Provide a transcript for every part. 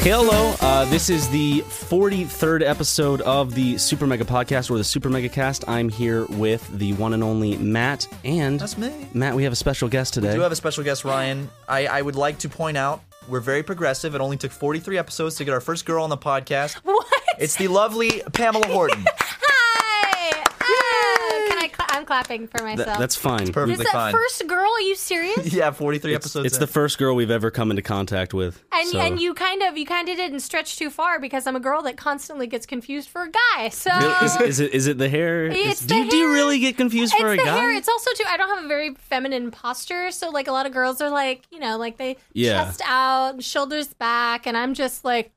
Hello, uh, this is the 43rd episode of the Super Mega Podcast or the Super Mega Cast. I'm here with the one and only Matt and That's me. Matt. We have a special guest today. We do have a special guest, Ryan. I, I would like to point out we're very progressive. It only took 43 episodes to get our first girl on the podcast. What? It's the lovely Pamela Horton. Hi! Oh, can I? Cla- I'm clapping for Th- myself. that's fine. perfect. Is perfectly that fine. first girl? Are you serious? yeah, 43 episodes. It's in. the first girl we've ever come into contact with. And, so- and you kind of you kind of didn't stretch too far because I'm a girl that constantly gets confused for a guy. So Really- Is, is it is it the hair? Is- It's do, the you, do you hair. really get confused it's for a the guy? hair. It's also too. I don't have a very feminine posture, so like a lot of girls are like you know like they Yeah. chest out, shoulders back, and I'm just like.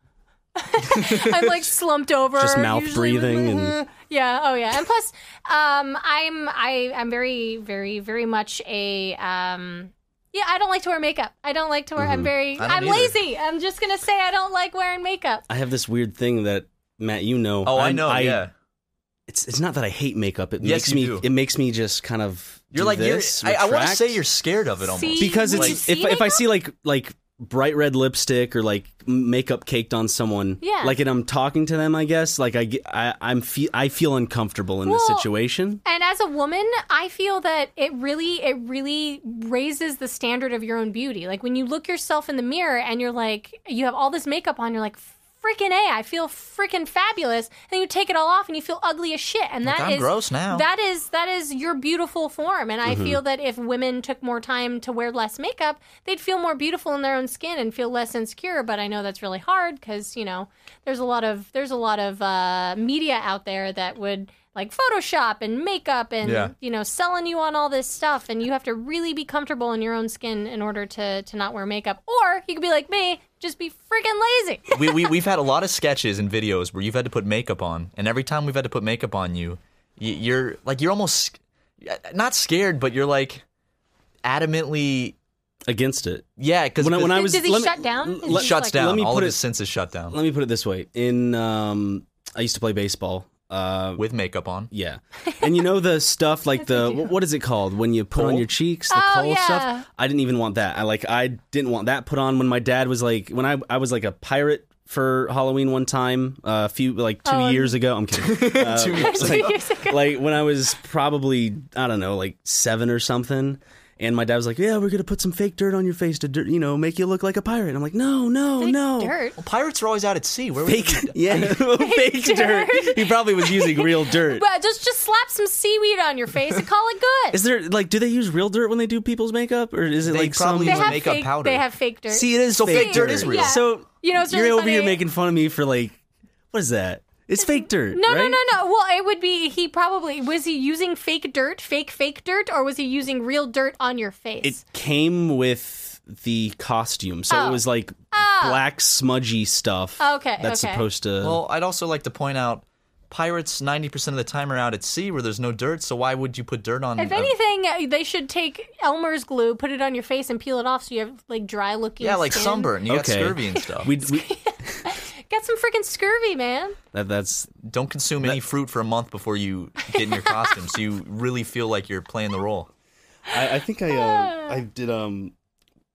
I'm like slumped over, Just mouth usually with breathing my- and- yeah, oh yeah, and plus, um, I'm I I'm very very very much a um, yeah, I don't like to wear makeup. I don't like to wear. Mm-hmm. I'm very I don't I'm either. lazy. I'm just gonna say I don't like wearing makeup. I have this weird thing that Matt, you know. oh, I I'm- know. yeah. It's it's not that I hate makeup. It Yes, makes you me do. it makes me just kind of. You're do like, you're, this, I, I want to retract. say you're scared of it almost. See? because Would you it's see if, if I makeup? see like like bright red lipstick or like m- makeup caked on someone, Yeah. like and I'm talking to them, I guess like I get- I am feel I feel uncomfortable in this Well, situation. And as a woman, I feel that it really it really raises the standard of your own beauty. Like when you look yourself in the mirror and you're like you have all this makeup on, you're like freaking A, I feel freaking fabulous. And you take it all off and you feel ugly as shit. And that Like, is I'm gross now. That is that is your beautiful form. And Mm-hmm. I feel that if women took more time to wear less makeup, they'd feel more beautiful in their own skin and feel less insecure, but I know that's really hard cuz, you know, there's a lot of there's a lot of uh, media out there that would like Photoshop and makeup and Yeah. you know selling you on all this stuff, and you have to really be comfortable in your own skin in order to to not wear makeup. Or you could be like me, just be freaking lazy. we, we, we've had a lot of sketches and videos where you've had to put makeup on, and every time we've had to put makeup on you, y- you're like, you're almost not scared, but you're like adamantly, Against it, yeah, because When I- when I was- Does he let me- shut down? Is he let- just shuts like- down. Let me All put it- of his senses shut down let me put it this way: in um, I used to play baseball. Uh, with makeup on. yeah, and you know the stuff like the wh- what is it called when you put on Coal? your cheeks the Oh, coal yeah. stuff? I didn't even want that. I like I didn't want that put on when my dad was like when I I was like a pirate for Halloween one time uh, a few like two Oh, and- years ago. I'm kidding. Uh, Two years like- oh, years ago. like when I was probably I don't know like seven or something, and my dad was like, "Yeah, we're gonna put some fake dirt on your face to dirt, you know make you look like a pirate." I'm like, "No, no, Like no." Dirt. Well, pirates are always out at sea. Where would Fake, they be? yeah, fake dirt. dirt. He probably was using real dirt. But just just slap some seaweed on your face and call it good. Is there like, do they use real dirt when they do people's makeup, or is it They like probably some? use they have makeup fake. powder. They have fake dirt. See, it is So fake dirt is real. Yeah. So You know, it's you're really over here funny. making fun of me for like, what is that? It's fake dirt. No, no, right? no, no. Well, it would be he probably was he using fake dirt, fake fake dirt, or was he using real dirt on your face? It came with the costume, so it Oh. was like black smudgy stuff. Okay, that's okay. supposed to. Well, I'd also like to point out pirates 90% of the time are out at sea where there's no dirt, so why would you put dirt on if a- anything, uh, they should take Elmer's glue, put it on your face, and peel it off so you have like dry looking. Yeah, like skin. sunburn. You got Okay. scurvy and stuff. we, we Get some freaking scurvy, man. that, that's Don't consume any fruit for a month before you get in your costume, so you really feel like you're playing the role. I, I think I Ah. uh, I did um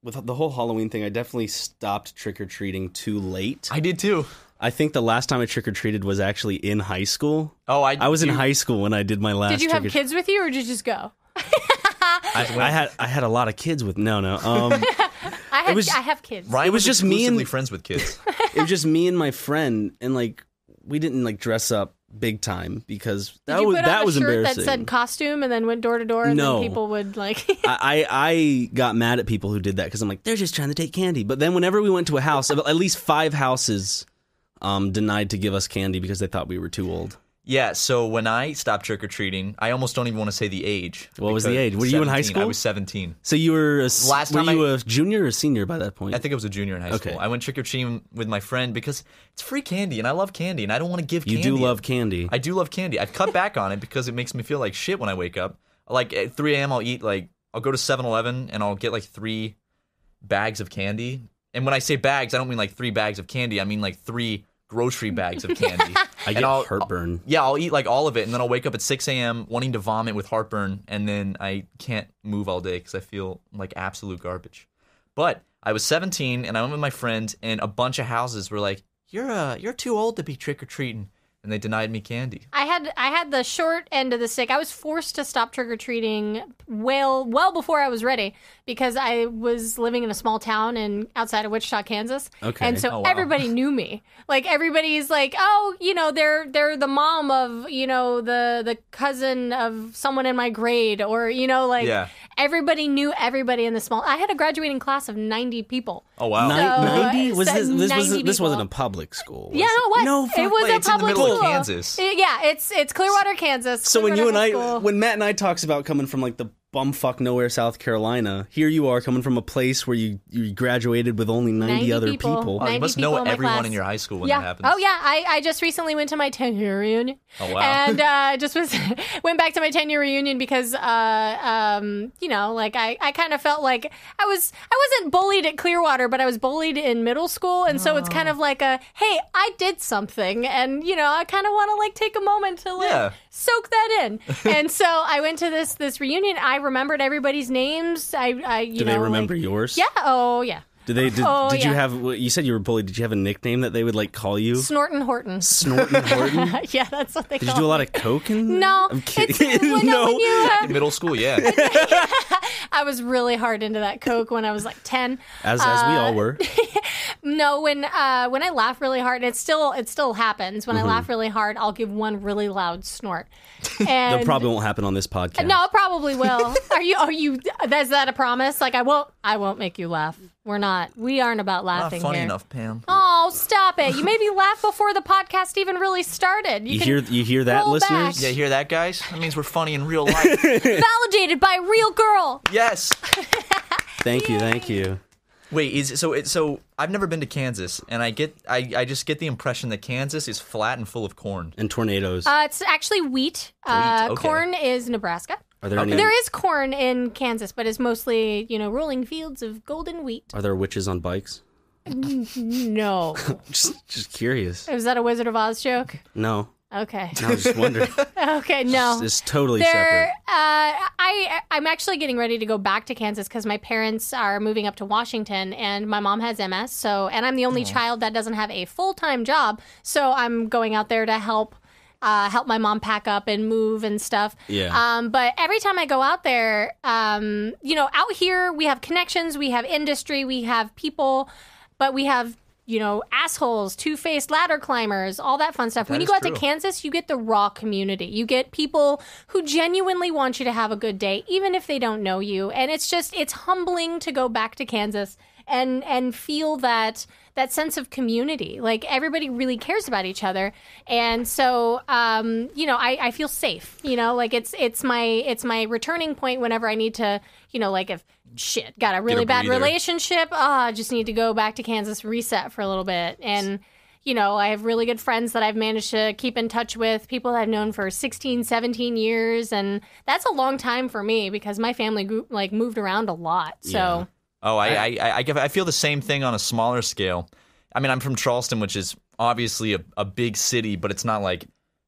with the whole Halloween thing. I definitely stopped trick or treating too late. I did too. I think the last time I trick or treated was actually in high school. Oh, I I was in you- high school when I did my last. Did you have trick or- kids with you, or did you just go? I, I had I had a lot of kids with no no. Um, I have was- I have kids. Ryan It was just me and- exclusively friends with kids. it was just me and my friend, and like we didn't like dress up big time because Did that you was put on that a was shirt that embarrassing. said costume and then went door to door and No. then people would like I, I I got mad at people who did that because I'm like they're just trying to take candy. But then whenever we went to a house, at least five houses um, denied to give us candy because they thought we were too old. yeah. So when I stopped trick or treating, I almost don't even want to say the age. What was the because- age? Were you in high 17. I school? was 17. So you were a, s- Last were time you I- a junior or senior by that point? I think I was a junior in high Okay. school. I went trick or treating with my friend because it's free candy, and I love candy, and I don't want to give. you candy. do love candy. I do love candy. I've cut back on it because it makes me feel like shit when I wake up. Like at 3 a.m., I'll eat like I'll go to 7-Eleven and I'll get like three bags of candy. And when I say bags, I don't mean like three bags of candy. I mean like three grocery bags of candy. I And get I'll- heartburn. Yeah, I'll eat like all of it, and then I'll wake up at 6 a.m. wanting to vomit with heartburn, and then I can't move all day because I feel like absolute garbage. But I was 17, and I went with my friend, and a bunch of houses were like, "You're uh, you're too old to be trick or treating," and they denied me candy. I had I had the short end of the stick. I was forced to stop trick or treating well well before I was ready because I was living in a small town and outside of Wichita, Kansas. Okay. And so Oh, wow. everybody knew me. Like everybody's like, "Oh, you know, they're they're the mom of, you know, the the cousin of someone in my grade or, you know, like Yeah. everybody knew everybody in the small. I had a graduating class of 90 people. Oh wow! Nin- So, Ninety was so this? This, 90 was, this people. wasn't a public school. was Yeah, no, what? No, it fuck was way, a it's in the public middle of school. Kansas. It- yeah, it's it's Clearwater, Kansas. So when you and I, Clearwater School. when Matt and I talks about coming from like the bumfuck nowhere South Carolina, here you are coming from a place where you you graduated with only ninety, 90 other people. people. Wow, you 90 must people know in my everyone class. in your high school when yeah. that happens. Oh yeah, I, I just recently went to my ten year reunion. Oh, wow. And uh, just was went back to my ten year reunion because uh, um, you know like I, I kind of felt like I was I wasn't bullied at Clearwater, but I was bullied in middle school, and so it's kind of like a hey I did something, and you know I kind of want to like take a moment to like Yeah. soak that in. and so I went to this this reunion. I remembered everybody's names. I, I you Do know they remember like- yours? Yeah. Oh yeah. Did they? Did, Oh, did you yeah. have? You said you were bullied. Did you have a nickname that they would like call you? Snorton Horton. Snortin' Horton. yeah, that's what they Did you call. do a it. lot of coke? In No, I'm it's- kidding. well, no, when you, uh, middle school, yeah. I was really hard into that coke when I was like ten. as as we uh, all were. No, when uh, when I laugh really hard, and it still it still happens. Mm-hmm. When I laugh really hard, I'll give one really loud snort. And Uh, That probably won't happen on this podcast. no, it probably will. Are you? Are you? Is that a promise? Like I won't. I won't make you laugh. We're not. We aren't about Not laughing funny here. enough, Pam. Oh, stop it! You made me laugh before the podcast even really started. You can hear you hear that, roll listeners? back. Yeah, hear that, guys? That means we're funny in real life. validated by a real girl. yes. Thank you, thank you. Wait, is so it so I've never been to Kansas, and I get I, I just get the impression that Kansas is flat and full of corn. And tornadoes. Uh, it's actually wheat. Uh, okay. Corn is Nebraska. are there any? There is corn in Kansas, but it's mostly, you know, rolling fields of golden wheat. Are there witches on bikes? No. Just just curious. Was that a Wizard of Oz joke? No, Okay. I was just wondering. Okay, no. It's totally There, separate. uh, I I'm actually getting ready to go back to Kansas because my parents are moving up to Washington, and my mom has MS. So, and I'm the Oh. only child that doesn't have a full time job. So I'm going out there to help. Uh, help my mom pack up and move and stuff. Yeah. Um, but every time I go out there, um, you know, out here we have connections, we have industry, we have people, but we have you know assholes, two faced ladder climbers, all that fun stuff. when you is go out true. to Kansas, you get the raw community. You get people who genuinely want you to have a good day, even if they don't know you. And it's just it's humbling to go back to Kansas and and feel that that sense of community. Like everybody really cares about each other, and so um, you know, I, I feel safe. You know, like it's it's my it's my returning point whenever I need to. You know, like if shit got a really bad breather. relationship, ah, I just need to go back to Kansas, reset for a little bit, and. You know, I have really good friends that I've managed to keep in touch with, people that I've known for 16, 17 years. And that's a long time for me because my family grew, like moved around a lot. So, Yeah. Oh, I I, I, I give- I feel the same thing on a smaller scale. I mean, I'm from Charleston, which is obviously a, a big city, but it's not like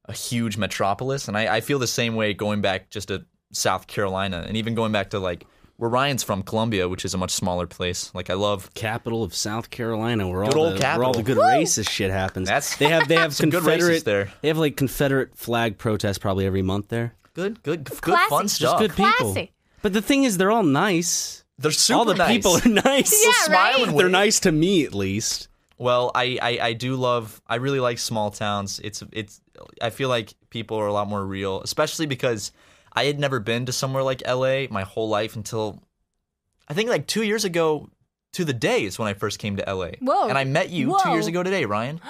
a huge metropolis. And I, I feel the same way going back just to South Carolina and even going back to like where Ryan's from, Columbia, which is a much smaller place. Like, I love Capital of South Carolina, where all Good old the where all the capital. good racist shit happens. That's- they have they have some good races Confederate there. They have like Confederate flag protests probably every month there. good, good, good, fun Classy. stuff. Good people. Classy. But the thing is, they're all nice. They're super all the nice. people are nice. Yeah, right? Smiling They're with- nice to me at least. Well, I, I, I do love I really like small towns. It's it's I feel like people are a lot more real, especially because I had never been to somewhere like LA my whole life until I think like two years ago to the day is when I first came to LA. Whoa. And I met you two Whoa. years ago today, Ryan.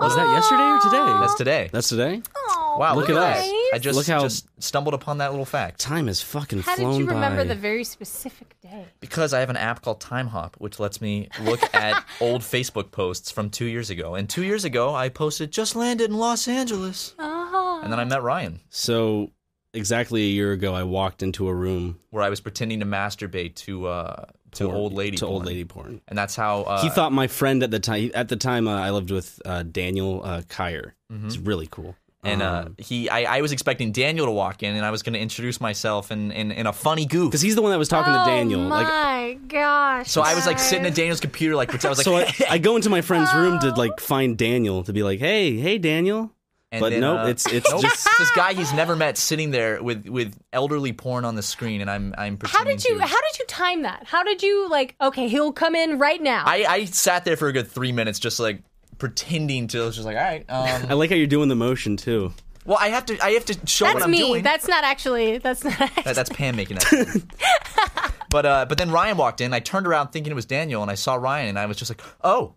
Was that yesterday or today? That's today. That's today. Oh, wow, Look look, at at us. that. I just, Look how- just stumbled upon that little fact. Time has fucking How flown did you by. remember the very specific day? Because I have an app called Time Hop, which lets me look at old Facebook posts from two years ago. And two years ago I posted just landed in Los Angeles. Oh. And then I met Ryan. so exactly a year ago, I walked into a room where I was pretending to masturbate to uh to porn- old lady to old porn. lady porn. and that's how uh, he thought my friend at the time. At the time, uh, I lived with uh, Daniel uh, Kyer. It's really cool. Um, and uh he I, I was expecting Daniel to walk in and I was going to introduce myself in in, in a funny goof because he's the one that was talking to Daniel. Oh like, my gosh. so I was like guys. sitting at Daniel's computer like pretend- I was like so I, I go into my friend's room to like find Daniel to be like, hey, hey, Daniel. and but then, nope, uh, it's it's nope, just this guy he's never met sitting there with with elderly porn on the screen and I'm I'm How pretending did you to- how did you time that? How did you like okay, he'll come in right now. I I sat there for a good 3 minutes just like pretending to I was just like all right I um like how you're doing the motion too. well I have to I have to show what that's I'm me. doing That's not actually that's not That, that's Pam making that. sound. but uh, but then Ryan walked in. I turned around thinking it was Daniel, and I saw Ryan, and I was just like, "Oh,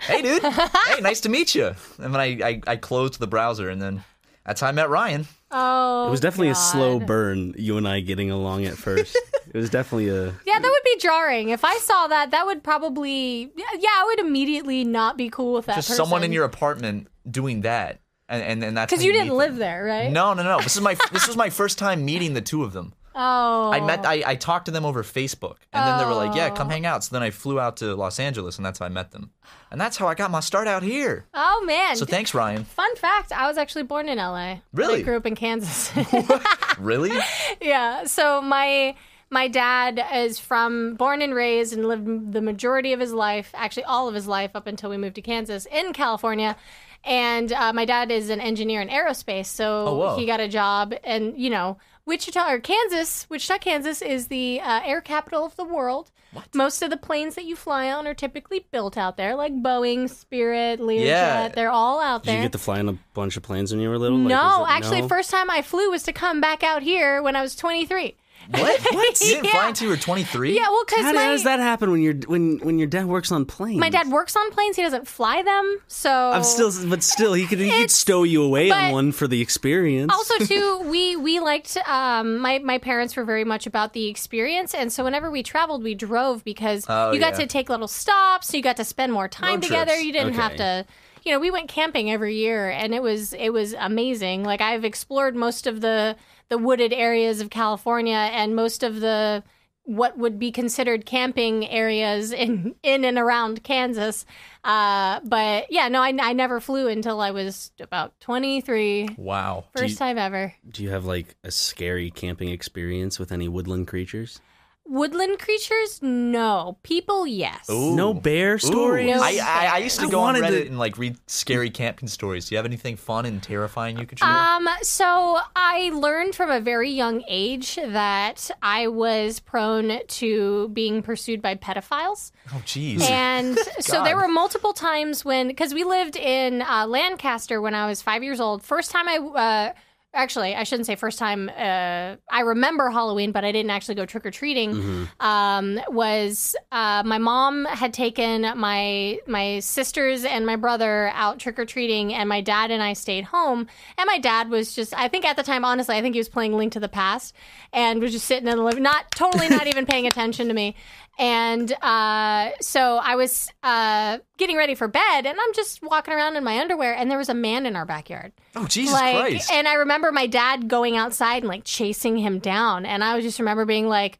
hey, dude, hey, nice to meet you." And then I, I I closed the browser, and then that's how I met Ryan. Oh. It was definitely a slow burn. You and I getting along at first. it was definitely a Yeah, that would be jarring. If I saw that, that would probably yeah, yeah, I would immediately not be cool with that Just person. someone in your apartment doing that, and and, and that's Cuz how you meet didn't live them. there, right? No, no, no. This is my this was my first time meeting the two of them. Oh. I met I, I talked to them over Facebook, and then they were like, "Yeah, come hang out." So then I flew out to Los Angeles, and that's how I met them, and that's how I got my start out here. oh man. So thanks, Ryan. Fun fact, I was actually born in LA. but I Really? grew up in Kansas. Really? yeah. So my my dad is from born and raised and lived the majority of his life, actually all of his life up until we moved to Kansas in California. And uh, my dad is an engineer in aerospace, so Oh, whoa. he got a job. And you know, Wichita or Kansas, Wichita, Kansas is the uh, air capital of the world. Most of the planes that you fly on are typically built out there, like Boeing, Spirit, Learjet. Yeah. They're all out Did there. you get to fly on a bunch of planes when you were little? Like, no, was it- actually, no? first time I flew was to come back out here when I was 23. What? What? You didn't Yeah. fly until you were 23? Yeah, well, How, because the- how my, does that happen when your when when your dad works on planes? my dad works on planes. He doesn't fly them, so I'm still, but still, he could he could Oh. It's- stow you away on but- one for the experience. Also, too, we we liked um, my my parents were very much about the experience, and so whenever we traveled, we drove because Oh, you got yeah. to take little stops, you got to spend more time Road together. trips. You didn't have Okay. to. You know, we went camping every year, and it was it was amazing. Like I've explored most of the the wooded areas of California, and most of the what would be considered camping areas in in and around Kansas. Uh, but yeah, no, I, I never flew until I was about twenty three. Wow. First you- time ever. Do you have like a scary camping experience with any woodland creatures? Woodland creatures? No. People, yes. Ooh. No bear stories. No. I, I, I used to I go on wanted Reddit to- and like read scary camping stories. Do you have anything fun and terrifying you could share? Um, so I learned from a very young age that I was prone to being pursued by pedophiles. oh, jeez. And so there God. were multiple times when, because we lived in uh, Lancaster when I was five years old. First time I, uh, actually, I shouldn't say first time. Uh, I remember Halloween, but I didn't actually go trick or treating. Mhm. Um, was uh, my mom had taken my my sisters and my brother out trick or treating, and my dad and I stayed home. And my dad was just, I think at the time, honestly, I think he was playing Link to the Past and was just sitting in the living, not totally, not even paying attention to me. And uh, so I was uh, getting ready for bed, and I'm just walking around in my underwear, and there was a man in our backyard Oh Jesus like, Christ! and I remember my dad going outside and like chasing him down, and I just remember being like,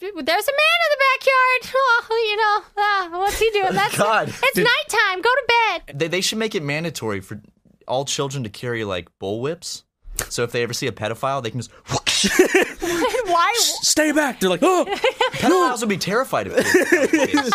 "There's a man in the backyard. Oh, you know, ah, what's he doing? That's God. it's nighttime. Go to bed." they, they should make it mandatory for all children to carry like bullwhips. So if they ever see a pedophile, they can just. Why? Stay back. They're like, oh, pedophiles would be terrified of it.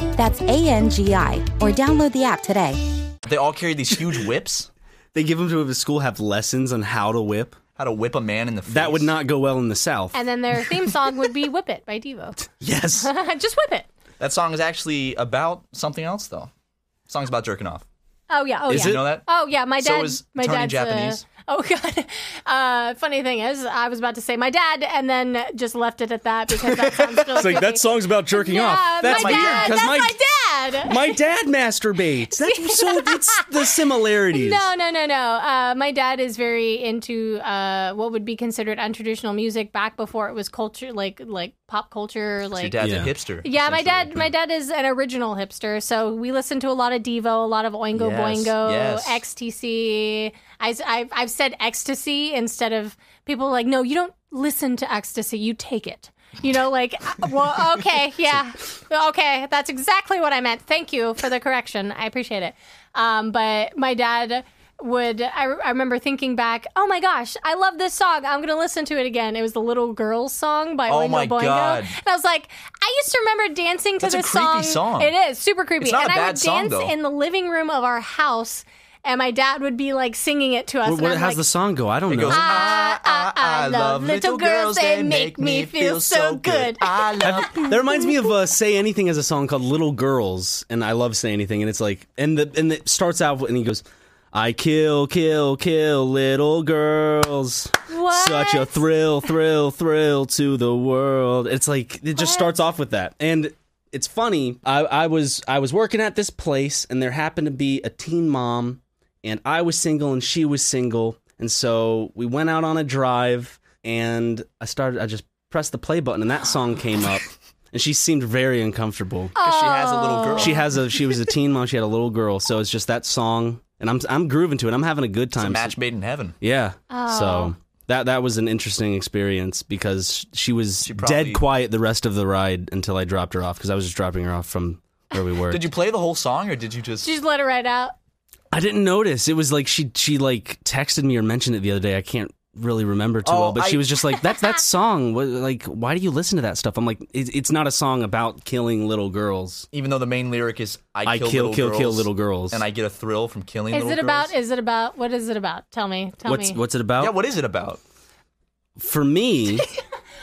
That's A N G I, or download the app today. they all carry these huge whips. they give him to his school, have lessons on how to whip. How to whip a man in the face. That would not go well in the South. And then their theme song would be "Whip It" by Devo. yes. just whip it. That song is actually about something else, though. The song's about jerking off. Oh yeah. Oh Is yeah. it? You know that? Oh yeah. My So dad. is my Tony dad's uh, Japanese. oh god. Uh, funny thing is, I was about to say my dad, and then just left it at that because that sounds really. It's like that goofy. song's about jerking Yeah, off. That's my weird, dad. 'cause That's my, my dad. my dad masturbates. That's so it's the similarities. No, no, no, no. Uh, my dad is very into uh, what would be considered untraditional music back before it was culture, like like pop culture, So your like. dad's Yeah. a hipster. yeah, my essentially. dad, my dad is an original hipster, so we listen to a lot of Devo, a lot of Oingo Yes, Boingo, yes. XTC. I, have I've said ecstasy instead of people like, no, you don't listen to ecstasy, you take it. You know, like, uh, well, okay, yeah, okay, that's exactly what I meant. Thank you for the correction. I appreciate it. Um, but my dad would, I, re- I remember thinking back, oh my gosh, I love this song. I'm going to listen to it again. It was the Little Girls song by Oh Oingo my Boingo. God. And I was like, I used to remember dancing to That's a this creepy song. It is super creepy. It's not and a I bad would song, dance though. in the living room of our house, and my dad would be like singing it to us. What, and what- I'm how's like, the song go? I don't It know. goes, I, I- "Ah, I love little girls, they make me feel so good." I love. that reminds me of uh, "Say Anything" as a song called "Little Girls," and I love "Say Anything." And it's like, and the and it starts out and he goes, "I kill, kill, kill little girls. What? Such a thrill, thrill, thrill to the world." It's like it just starts off with that, and it's funny. I, I was I was working at this place, and there happened to be a teen mom, and I was single, and she was single, and so we went out on a drive, and I started. I just pressed the play button, and that song came up, and she seemed very uncomfortable. 'Cause she has a little girl. She has a she was a teen mom. She had a little girl, so it's just that song, and I'm I'm grooving to it. I'm having a good It's a time. match made in heaven. yeah. Oh. So that that was an interesting experience because she was She probably- dead quiet the rest of the ride until I dropped her off because I was just dropping her off from where we were. Did you play the whole song or did you just? Just let it right out. I didn't notice. It was like she she like texted me or mentioned it the other day. I can't really remember too Oh, well, but she I- was just like, "That's that song. What, like, why do you listen to that stuff?" I'm like, it, "It's not a song about killing little girls. even though the main lyric is I, I, kill, little kill, girls, kill little girls." and I get a thrill from killing. Is little it about? girls. Is it about? What is it about? Tell me. Tell what's me. what's it about? Yeah, what is it about? For me,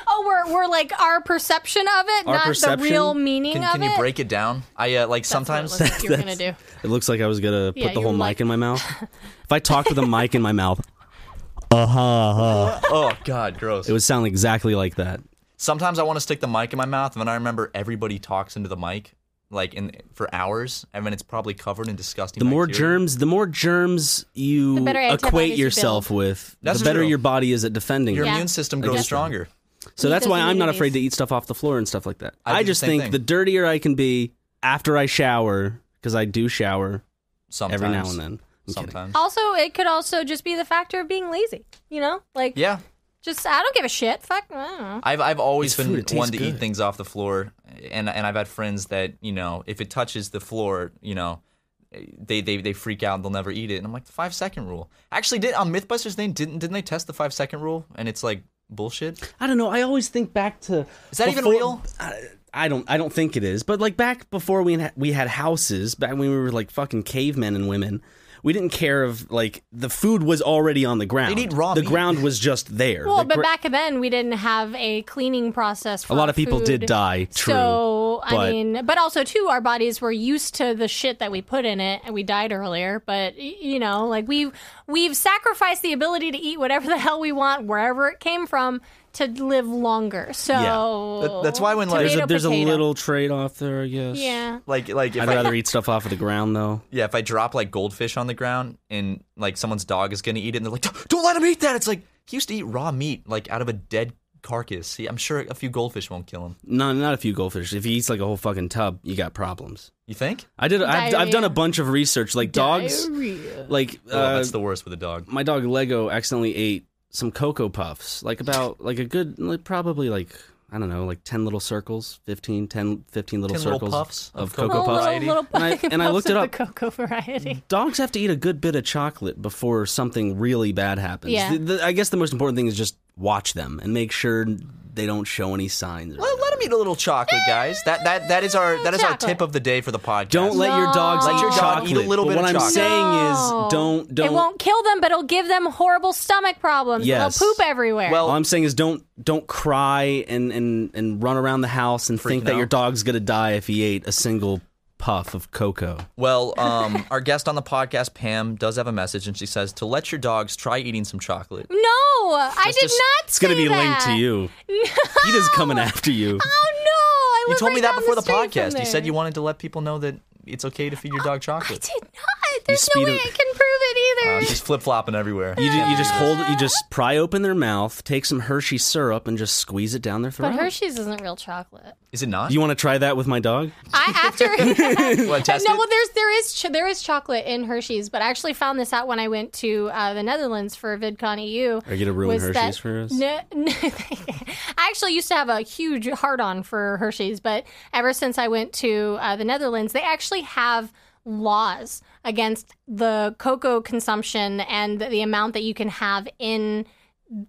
oh, we're we're like our perception of it, Our not the perception? real meaning Can, of can it. you break it down? I uh, like sometimes. That's what it looks like you're gonna do. it looks like I was gonna put Yeah, the you're whole like- mic in my mouth. if I talked with a mic in my mouth, oh God, gross. it would sound exactly like that. sometimes I want to stick the mic in my mouth, and then I remember everybody talks into the mic like in for hours, and then it's probably covered in disgusting. The more bacteria. germs, the more germs you The better antibodies equate you yourself with, That's the better true. your body is at defending. your them. Yeah. immune system grows Against them. stronger. So that's those why I'm not immunities. afraid to eat stuff off the floor and stuff like that. I do I the just same think thing. the dirtier I can be after I shower, because I do shower Sometimes. every now and then. I'm kidding. Sometimes. Also, it could also just be the factor of being lazy. You know, like Yeah. just I don't give a shit. Fuck, I don't know. I've I've always It's been food, it tastes one to eat good. things off the floor, and and I've had friends that you know if it touches the floor, you know, they they, they freak out and they'll never eat it. And I'm like the five second rule. Actually, did on MythBusters they didn't didn't they test the five second rule? And it's like bullshit. I don't know. I always think back to Is that even before- real? I, I don't. I don't think it is. But like back before we had, we had houses, back when we were like fucking cavemen and women, we didn't care of like the food was already on the ground. They'd eat raw The meat. ground was just there. Well, The but gra- back then we didn't have a cleaning process. For a lot our of people food. did die. True. So I but- mean, but also too, our bodies were used to the shit that we put in it, and we died earlier. But y- you know, like we have we've sacrificed the ability to eat whatever the hell we want, wherever it came from, to live longer. So That- that's why when, like- there's a Tomato, there's a potato. little trade off there. I guess. yeah. Like like if I'd I- rather eat stuff off of the ground though. yeah if I drop like goldfish on the ground and like someone's dog is gonna eat it and they're like don't let him eat that. It's like he used to eat raw meat like out of a dead carcass. See, I'm sure a few goldfish won't kill him. No, not a few goldfish. If he eats like a whole fucking tub, you got problems. You think? I did. I've, I've done Diarrhea. a bunch of research. Like dogs, like Oh, uh, that's the worst with a dog. my dog Lego accidentally ate some cocoa puffs. Like about like a good like probably like I don't know, like 10 little circles, 15, 10 15 little 10 little circles puffs of, of cocoa, Little- puffs. variety. Little, And I- and I puffs looked it of up. The cocoa variety. Dogs have to eat a good bit of chocolate before something really bad happens. Yeah. The- the- I guess the most important thing is just watch them and make sure they don't show any signs. or Let, let whatever. him eat a little chocolate, guys. That that that is our that is our Chocolate. tip of the day for the podcast. Don't let your dogs Let eat your dog chocolate. eat a little But bit of what I'm chocolate. saying No. is don't It don't won't kill them, but it'll give them horrible stomach problems. Yes. They'll poop everywhere. Well- all I'm saying is don't don't cry and and and run around the house and think Freaking that your out. dog's gonna die if he ate a single puff of cocoa. Well, um, our guest on the podcast, Pam, does have a message, and she says to let your dogs try eating some chocolate. no, I did just- not. It's gonna say be linked to that. you. No. He is coming after you. Oh no! I You live told right me that down before the, street from podcast. You there. said you wanted to let people know that it's okay to feed your dog I chocolate. did not. There's no speed way it- I can prove it either. Uh, she's flip flopping everywhere. You, ju- you just hold, you just pry open their mouth, take some Hershey syrup, and just squeeze it down their throat. but Hershey's isn't real chocolate. Is it not? You want to try that with my dog? I after want to test no, it? well, there's there is ch- there is chocolate in Hershey's, but I actually found this out when I went to uh, the Netherlands for VidCon EU. Are you gonna ruin was Hershey's that- for us? No, no, I actually used to have a huge hard on for Hershey's, but ever since I went to uh, the Netherlands, they actually have laws against the cocoa consumption and the amount that you can have in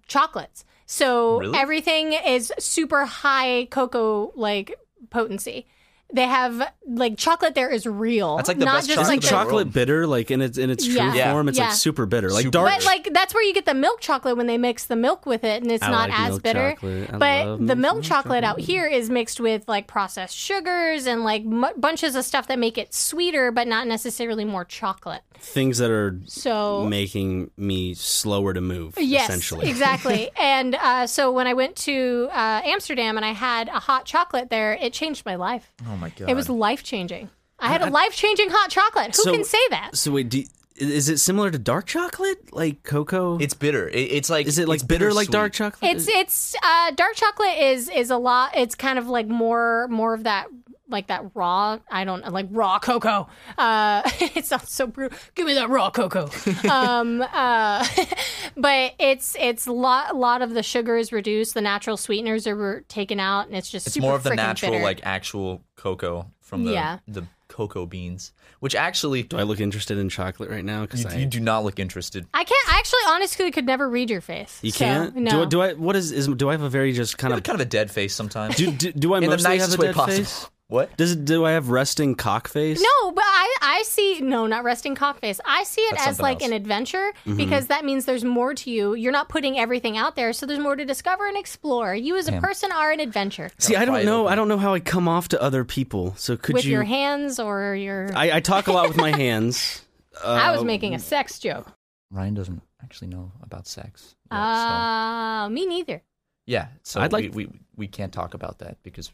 chocolates. So Really? everything is super high cocoa like potency. They have like chocolate there is real. That's like the not best just Isn't like chocolate in the the- world. chocolate bitter? Like in its in its true Yeah. Yeah. form, it's Yeah. like super bitter, like Super dark. but like that's where you get the milk chocolate when they mix the milk with it, and it's I not like as milk bitter. chocolate. I But love the milk- milk milk chocolate out chocolate. here is mixed with like processed sugars and like mu bunches of stuff that make it sweeter, but not necessarily more chocolate. things that are So making me slower to move. Yes, essentially. exactly. and uh, so when I went to uh, Amsterdam and I had a hot chocolate there, it changed my life. oh my god! It was life changing. I had a life changing hot chocolate. Who So- can say that? So wait, do, is it similar to dark chocolate, like cocoa? It's bitter. It, it's like is it like it's bitter, like bittersweet. dark chocolate? It's it's uh, dark chocolate is is a lot. It's kind of like more more of that like that raw. I don't like raw cocoa. Uh, it sounds so brutal. Give me that raw cocoa. um, uh, but it's it's lot lot of the sugar is reduced. The natural sweeteners are re- taken out, and it's just It's super more of the frickin' natural, bitter. like actual cocoa from the Yeah. the cocoa beans, which actually do I look interested in chocolate right now? Because you, I you do not look interested. I can't. I actually, honestly, could never read your face. You So, can't. No. Do, I- do I? What is? Is do I have a very just kind You have a of? kind of a dead face sometimes. Do, do, do I in the mostly have nicest a way dead possible. face? What? Does it? Do I have resting cock face? No, but I, I see no, not resting cock face. I see it That's as something like else. Mm-hmm. an adventure because that means there's more to you. You're not putting everything out there, so there's more to discover and explore. You as a person are an adventure See, I Gotta pry don't it know. open. I don't know how I come off to other people. So could with you? your hands or your. I, I, I talk a lot with my hands. Uh, was making a sex joke. Ryan doesn't actually know about sex. yet, so. Uh, me neither. Yeah, so I'd like- we, we we can't talk about that because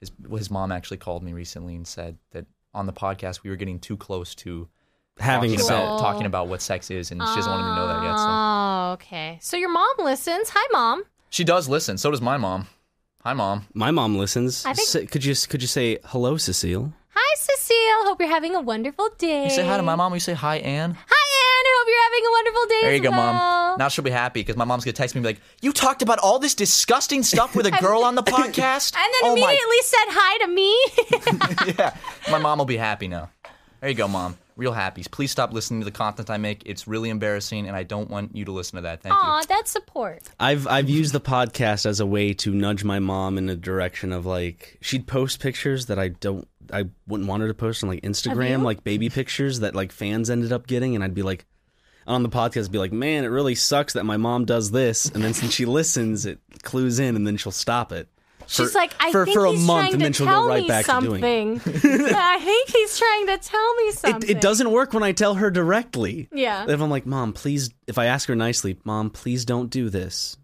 his his mom actually called me recently and said that on the podcast we were getting too close to having talking sex. about Uh, talking about what sex is, and she doesn't want him to know that yet. So Oh, okay. So your mom listens. Hi, mom. She does listen. So does my mom. Hi, mom. My mom listens. I think- Sa- could you could you say hello, Cecile? Hi, Cecile. Hope you're having a wonderful day. You say hi to my mom. You say hi, Anne. Hi, Anne. Hope you're having a wonderful day. There you as go, well. mom. Now she'll be happy because my mom's gonna text me and be like, "You talked about all this disgusting stuff with a girl on the podcast." and then oh immediately said hi to me. My, yeah. My mom will be happy now. There you go, mom. Real happy. Please stop listening to the content I make. It's really embarrassing, and I don't want you to listen to that. Thank you. Aw, that's support. I've I've used the podcast as a way to nudge my mom in a direction of like she'd post pictures that I don't I wouldn't want her to post on like Instagram, like baby pictures that like fans ended up getting, and I'd be like on the podcast be like, Man, it really sucks that my mom does this and then since she listens it clues in and then she'll stop it. She's for, like, I for, think for a he's month trying and to then she'll tell go right me back to doing it. something. I think he's trying to tell me something. It, it doesn't work when I tell her directly. Yeah. If I'm like, Mom, please, if I ask her nicely, Mom, please don't do this,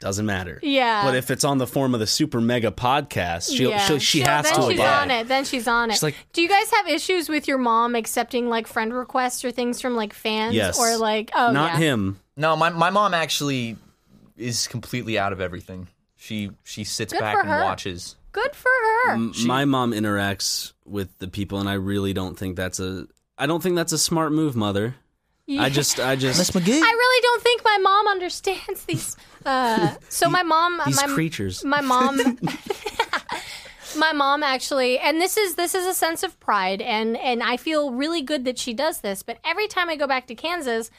doesn't matter. Yeah. But if it's on the form of the super mega podcast, she'll, Yeah. she'll, she So has then to she's abide. on it. Then she's on it. She's like- Do you guys have issues with your mom accepting like friend requests or things from like fans Yes. or like oh Not yeah. him. No, my my mom actually is completely out of everything. She she sits Good back for and her. watches. Good for her. M- My mom interacts with the people, and I really don't think that's a. I don't think that's a smart move, mother. I just, I Miss just. McGee. I really don't think my mom understands these. Uh, so my mom, these my, creatures. my mom, my mom actually, and this is this is a sense of pride, and and I feel really good that she does this. But every time I go back to Kansas.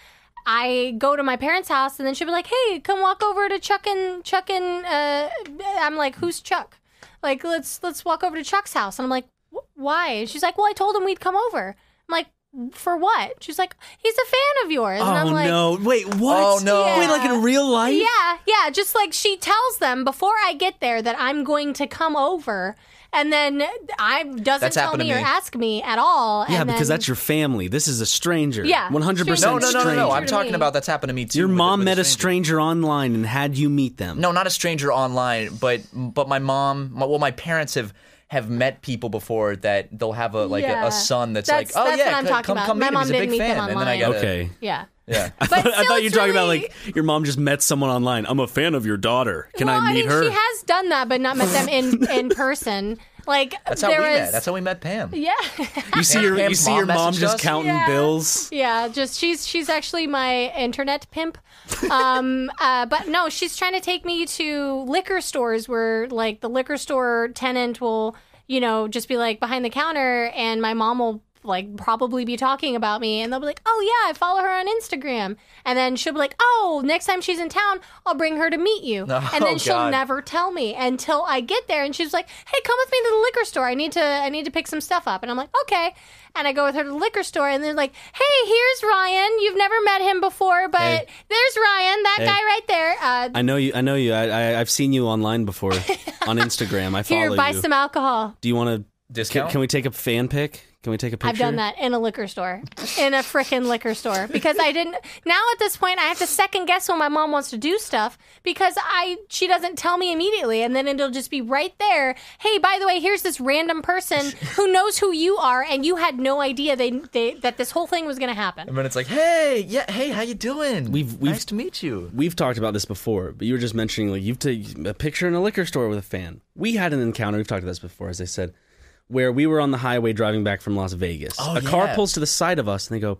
I go to my parents' house and then she'll be like, "Hey, come walk over to Chuck and Chuck and uh, I'm like, "Who's Chuck?" Like, let's let's walk over to Chuck's house. And I'm like, "Wh- "Why?" And she's like, "Well, I told him we'd come over." I'm like, "For what?" She's like, "He's a fan of yours." and I'm oh like, no! Wait, what? Oh, no. Wait, like in real life? yeah, yeah. Just like she tells them before I get there that I'm going to come over, and then I doesn't That's tell happened to me or me. ask me at all. Yeah, and because then- that's your family. This is a stranger. Yeah. one hundred No, percent no, no, no, stranger. no. I'm To talking me. about that's happened to me too. Your with mom with met a stranger online and had you meet them. No, not a stranger online, but but my mom, my, well, my parents have have met people before that they'll have a like a, Yeah. a son that's, That's- like, oh that's yeah, what I'm come, talking come about. come My meet him. mom He's a didn't big meet them fan, and then I online. got Okay. yeah. yeah. But still, I thought you were it's talking about really- like your mom just met someone online. I'm a fan of your daughter. Can well, I meet mean, her? She has done that, but not met them in in person. Like That's how there we was, met. That's how we met Pam. yeah. you see your you Pam's see your mom mom messaged just us? counting Yeah. bills. Yeah, just she's she's actually my internet pimp. Um, uh, but no, she's trying to take me to liquor stores where like the liquor store tenant will, you know, just be like behind the counter, and my mom will like probably be talking about me, and they'll be like, "Oh yeah, I follow her on Instagram," and then she'll be like, "Oh, next time she's in town, I'll bring her to meet you," and then Oh, she'll God. never tell me until I get there, and she's like, "Hey, come with me to the liquor store. I need to I need to pick some stuff up," and I'm like, "Okay." And I go with her to the liquor store, and they're like, "Hey, here's Ryan. You've never met him before, but Hey. there's Ryan, that Hey. guy right there. Uh, I know you. I know you. I, I I've seen you online before on Instagram. I follow here, buy you. some alcohol." Do you want to? Can, Discount? can we take a fan pic? Can we take a picture? I've done that in a liquor store, in a frickin' liquor store, because I didn't. Now at this point, I have to second guess when my mom wants to do stuff because I she doesn't tell me immediately, and then it'll just be right there. Hey, by the way, here's this random person who knows who you are, and you had no idea they, they that this whole thing was gonna happen. And then it's like, hey, yeah, hey, how you doing? We've- we've- nice to meet you. We've talked about this before, but you were just mentioning like you've taken a picture in a liquor store with a fan. We had an encounter. We've talked about this before, as I said, where we were on the highway driving back from Las Vegas. Oh, a car yeah. pulls to the side of us, and they go,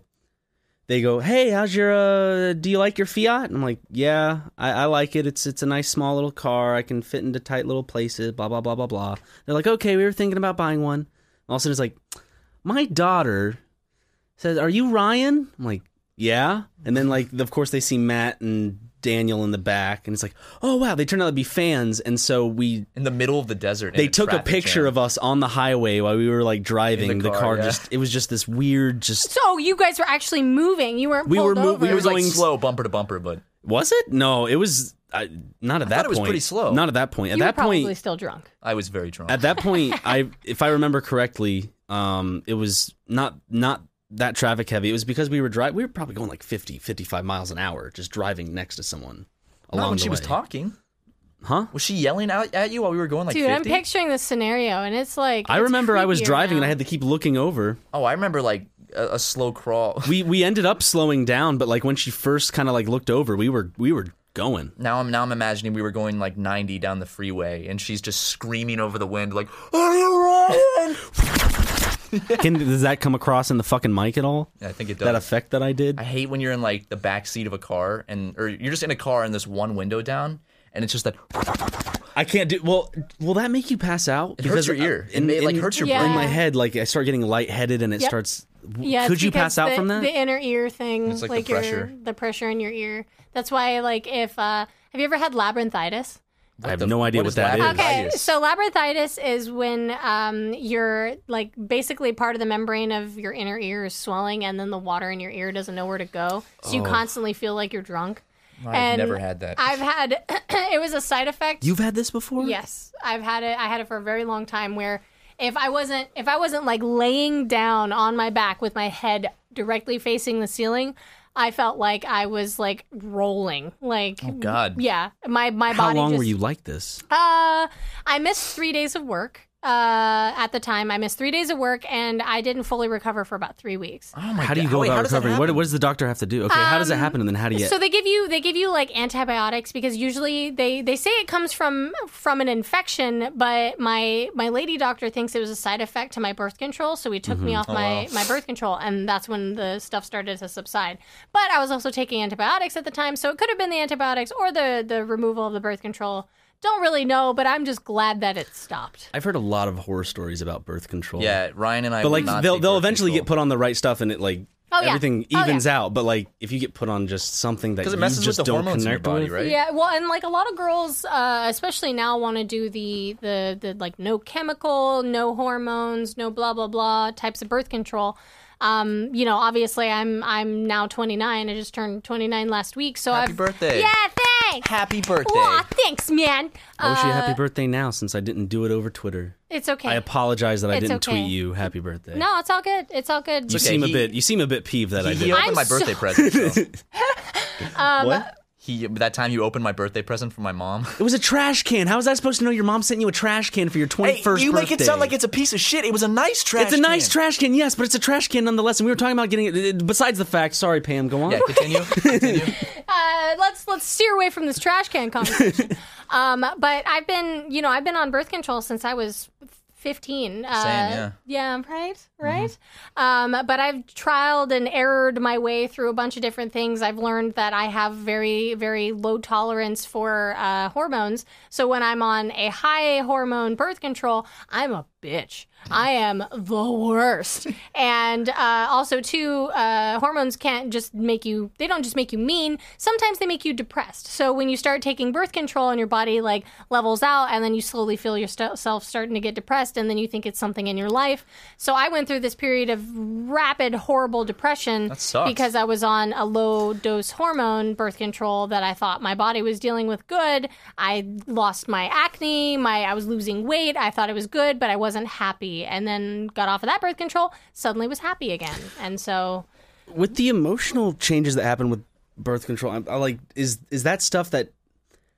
they go, "Hey, how's your? Uh, do you like your Fiat?" And I'm like, "Yeah, I, I like it. It's it's a nice small little car. I can fit into tight little places. Blah blah blah blah blah." They're like, "Okay, we were thinking about buying one." And all of a sudden, it's like, "My daughter says, "Are you Ryan?" I'm like, "Yeah." And then like, of course, they see Matt and Daniel in the back, and it's like, "Oh wow!" They turned out to be fans, and so we In the middle of the desert. they took a picture of us on the highway while we were like driving In the the car. car, yeah. Just it was just this weird, just So you guys were actually moving. You weren't. We were pulled mov- over. we It was like going- slow, bumper to bumper, but was it? No, it was I, not at I that thought it point. was pretty slow. Not at that point. At you were that probably point, still drunk. I was very drunk. at that point, I if I remember correctly, um, it was not not that traffic heavy. It was because we were driving. We were probably going like 50, 55 miles an hour, just driving next to someone. Not Along when the she was way. talking. Huh? Was she yelling out at you while we were going like Dude, 50? I'm picturing this scenario, and it's like I it's remember I was creepier driving and now. I had to keep looking over. Oh, I remember like a, a slow crawl. We we ended up slowing down, but like when she first kind of like looked over, we were we were going. Now I'm now I'm imagining we were going like 90 down the freeway, and she's just screaming over the wind like, "Are you Ryan?" Can, does that come across in the fucking mic at all? I think it does. That effect that I did? I hate when you're in like the back seat of a car, and or you're just in a car and there's one window down, and it's just that oh, I can't do. Well, will that make you pass out? It hurts your ear. It may- like, hurts your brain. In my head, like I start getting lightheaded, and it Yep. starts. w- Yeah, it's could you because pass out the, from that? The inner ear thing, It's like like, the your pressure. the pressure in your ear. That's why, like, if uh, have you ever had labyrinthitis? I have the- no idea what what, is that is. that? Okay, Labyrinthitis. so labyrinthitis is when um, your like basically part of the membrane of your inner ear is swelling, and then the water in your ear doesn't know where to go, so you constantly feel like you're drunk. Oh. I've And never had that. I've had it was a side effect. You've had this before? Yes, I've had it. I had it for a very long time. Where if I wasn't if I wasn't like laying down on my back with my head directly facing the ceiling, I felt like I was like rolling. Like oh God. yeah. My my How body. long just, were you like this? Uh, I missed three days of work. Uh, at the time, I missed three days of work, and I didn't fully recover for about three weeks. oh my how do you God. go Wait, how about does that recovering? What, happen? what does the doctor have to do? Okay, how does it happen, and then how do you? Um, So they give you they give you like antibiotics because usually they they say it comes from from an infection, but my my lady doctor thinks it was a side effect to my birth control, so he took Mm-hmm. me Oh, off my my birth control, and that's when the stuff started to subside. But I was also taking antibiotics at the time, so it could have been the antibiotics or the the removal of the birth control. Don't really know, but I'm just glad that it stopped. I've heard a lot of horror stories about birth control. Yeah, Ryan and I. but will like not they'll take they'll birth eventually get control. put on the right stuff, and it like Oh, yeah. everything Oh, yeah. evens out. But like if you get put on just something that 'Cause it you messes with just the don't hormones in your connect body, with, right? Yeah, well, and like a lot of girls, uh, especially now, want to do the the the like no chemical, no hormones, no blah blah blah types of birth control. Um, you know, obviously, I'm I'm now 29. I just turned 29 last week, so Happy I've, birthday. Yeah, thanks. Happy birthday. Aw, thanks, man. I wish you Uh, happy birthday now since I didn't do it over Twitter. It's okay. I apologize that I It's didn't tweet okay. you happy birthday. no, it's all good. It's all good. you okay, seem he- a bit you seem a bit peeved that I He, did. he that. opened my I'm birthday present. so. Um, what? He that time you opened my birthday present for my mom. It was a trash can. How was I supposed to know your mom sent you a trash can for your 21st birthday? a piece of shit. It was a nice trash. It's a nice trash can, yes, but it's a trash can nonetheless. And we were talking about getting it. Besides the fact, sorry, Pam, go on. Yeah, continue. continue. uh, let's let's steer away from this trash can conversation. um, but I've been, you know, I've been on birth control since I was. 15 uh, yeah. yeah right right um, but i've trialed and errored my way through a bunch of different things i've learned that i have very very low tolerance for uh, hormones so when i'm on a high hormone birth control i'm a bitch i am the worst and uh, also too uh, hormones can't just make you they don't just make you mean sometimes they make you depressed so when you start taking birth control and your body like levels out and then you slowly feel yourself starting to get depressed and then you think it's something in your life so i went through this period of rapid horrible depression sucks. because i was on a low dose hormone birth control that i thought my body was dealing with good i lost my acne my i was losing weight i thought it was good but i wasn't happy and then got off of that birth control suddenly was happy again and so With the emotional changes that happen with birth control, I, I like is is that stuff that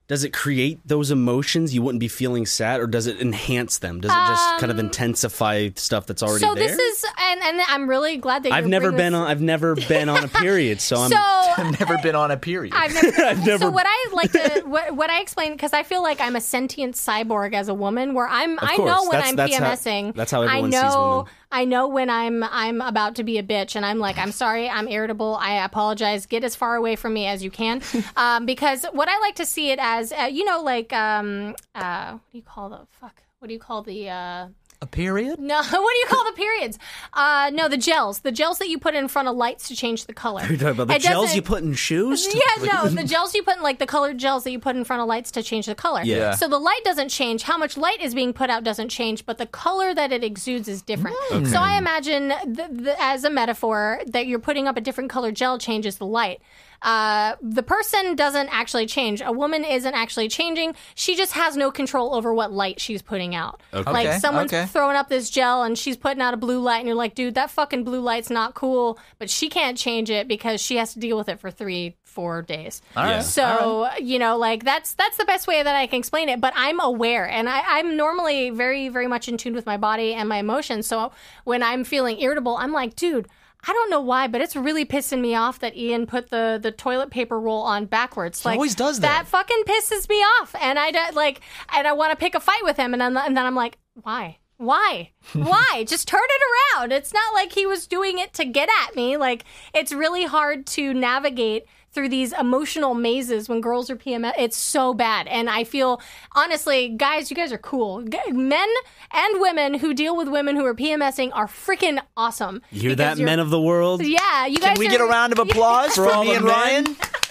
does it create those emotions you wouldn't be feeling sad, or does it enhance them? Does it just kind of intensify stuff that's already Um, so there? this is and, and i'm really glad that I've you're never bringing been this- on. I've never been on a period, so I'm. so I've never been on a period. I've never, never- So what I like to what, what I explain because I feel like I'm a sentient cyborg as a woman, where I'm I course, know when that's- I'm that's how- PMSing. that's how I everyone sees know. women. I know when I'm I'm about to be a bitch, and I'm like, I'm sorry, I'm irritable. I apologize. Get as far away from me as you can, um, because what I like to see it as, uh, you know, like um, uh, what do you call the fuck? What do you call the? Uh, a period? no, what do you call the periods? Uh, no, the gels, the gels that you put in front of lights to change the color. You're talking about the It gels doesn't- you put in shoes. to- yeah, no, the gels you put in, like the colored gels that you put in front of lights to change the color. Yeah. So the light doesn't change. How much light is being put out doesn't change, but the color that it exudes is different. Mm. So I imagine, th the, as a metaphor, that you're putting up a different color gel changes the light. Uh, the person doesn't actually change. A woman isn't actually changing. She just has no control over what light she's putting out. Like Okay, someone's okay. throwing up this gel and she's putting out a blue light and you're like dude that fucking blue light's not cool but she can't change it because she has to deal with it for three four days right. so you know like that's that's the best way that i can explain it but i'm aware and I, i'm normally very very much in tune with my body and my emotions so when i'm feeling irritable i'm like dude I don't know why, but it's really pissing me off that Ian put the the toilet paper roll on backwards. like always does that. fucking pisses me off, and I don't- like, and I want to pick a fight with him, and, I'm, and then I'm like, why? Why? Why? Just turn it around. It's not like he was doing it to get at me. Like it's really hard to navigate through these emotional mazes when girls are PMS. It's so bad, and I feel honestly, guys, you guys are cool. G- Men and women who deal with women who are PMSing are freaking awesome. You hear Because that, you're- men of the world? Yeah, you guys. Can we are- get a round of applause For for all me the and men? Ryan?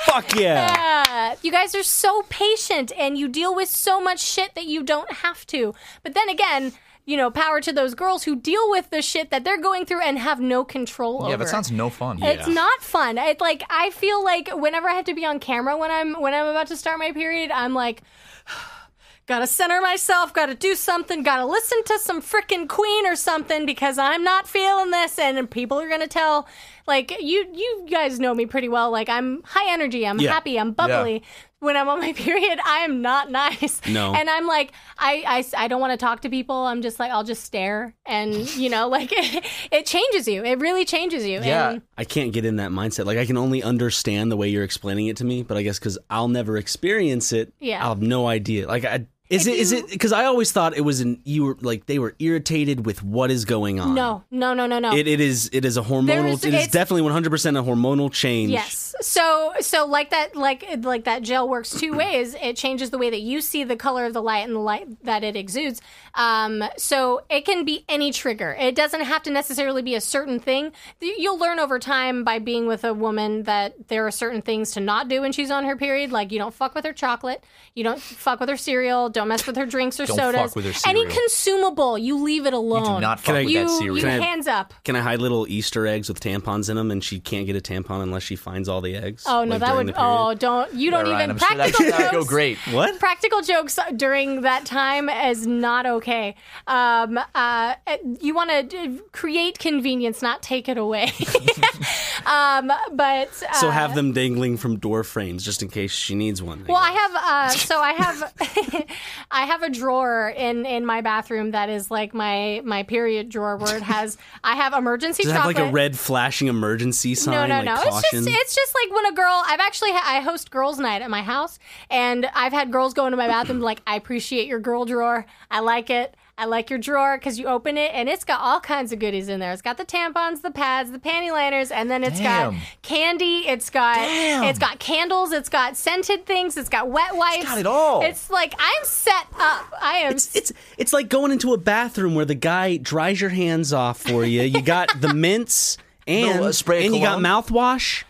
Fuck yeah. Yeah, you guys are so patient and you deal with so much shit that you don't have to. But then again, you know, power to those girls who deal with the shit that they're going through and have no control over. Yeah, that sounds no fun. It's not fun. It like I feel like whenever I have to be on camera when I'm when I'm about to start my period, I'm like gotta center myself, gotta do something, gotta listen to some frickin' queen or something because I'm not feeling this and people are gonna tell like you you guys know me pretty well. Like I'm high energy, I'm Yeah. happy, I'm bubbly. When I'm on my period, I am not nice. No. And I'm like, I, I s- I don't want to talk to people. I'm just like, I'll just stare. And, you know, like it, changes you. It really changes you. Yeah. And I can't get in that mindset. Like I can only understand the way you're explaining it to me, but I guess because I'll never experience it, Yeah. I'll have no idea. Like I is it is it because I always thought it was an you were like they were irritated with what is going on. No, no, no, no, no. It, it is it is a There hormonal is- it is it's- definitely 100% a hormonal change. yes. So so like that like like that gel works two ways. It changes the way that you see the color of the light and the light that it exudes. Um, so it can be any trigger. It doesn't have to necessarily be a certain thing. You- You'll learn over time by being with a woman that there are certain things to not do when she's on her period. Like you don't fuck with her chocolate, you don't fuck with her cereal, don't mess with her drinks or Don't fuck sodas. with her Any cereal. consumable, you leave it alone. do not fuck with you, that cereal. you Can I- hands up. Can I hide little Easter eggs with tampons in them and she can't get a tampon unless she finds all the eggs? Oh no, like, that during would. the period? Oh, don't you don't Yeah, Ryan, even I'm sure that- practical that would jokes. go great. What? Practical jokes during that time is not okay. Um, uh, you want to create convenience, not take it away. um, but uh, So have them dangling from door frames just in case she needs one. well, I have uh, so I have I have a drawer in in my bathroom that is like my my period drawer where it has I have emergency Does it have chocolate. like a red flashing emergency sign? No, no, like no. Caution? It's just it's just like when a girl. I've actually ha- I host girls' night at my house, and I've had girls go into my bathroom like, I appreciate your girl drawer. I like it. I like your drawer because you open it and it's got all kinds of goodies in there. It's got the tampons, the pads, the panty liners, and then it's Damn. got candy. It's got it's got candles. It's got scented things. It's got wet wipes. got it all. It's like I'm set up. I am. It's, it's it's like going into a bathroom where the guy dries your hands off for you. You got the mints and Little, uh, spray of and you got cologne. mouthwash.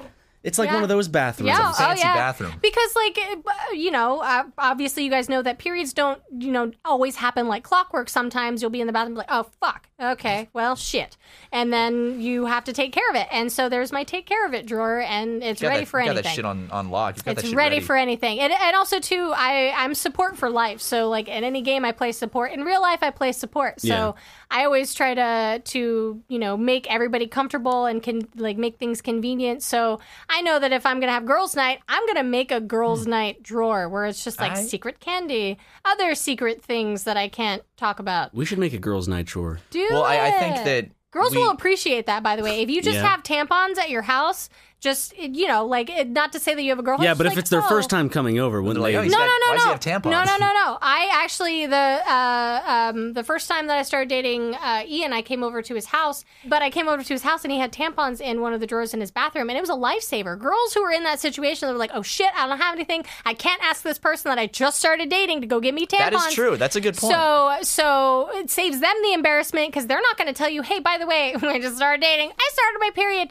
It's like Yeah. one of those bathrooms. Yeah, It's a fancy oh, yeah. bathroom. Because, like, it- uh, you know, uh, obviously, you guys know that periods don't, you know, always happen like clockwork. Sometimes you'll be in the bathroom, like, oh fuck, okay, well, shit, and then you have to take care of it. And so there's my take care of it drawer, and it's You got ready that, for you got anything. that shit on, on lock. You got it's that shit ready, for anything, and, and also too, I I'm support for life. So like in any game, I play support. In real life, I play support. So Yeah. I always try to to you know make everybody comfortable and can like make things convenient. So I know that if I'm gonna have girls' night, I'm gonna make a girls' night drawer where it's just like I- secret candy, other secret things that I can't talk about. We should make a girls' night chore. Do Well, I, I it. think that Girls we- will appreciate that, by the way. If you just Yeah. have tampons at your house, just you know, like it, not to say that you have a girl. yeah, just but if like, it's their oh. first time coming over, wouldn't Like, they? oh, he's No, got- no, no, why does no. he have tampons? No, no, no, no. I actually the uh, um, the first time that I started dating uh, Ian, I came over to his house, but I came over to his house and he had tampons in one of the drawers in his bathroom, and it was a lifesaver. Girls who were in that situation, they were like, "Oh shit, I don't have anything. I can't ask this person that I just started dating to go get me tampons." That is true. That's a good point. So, so it saves them the embarrassment because they're not going to tell you, "Hey, by the way, when I just started dating, I started my period."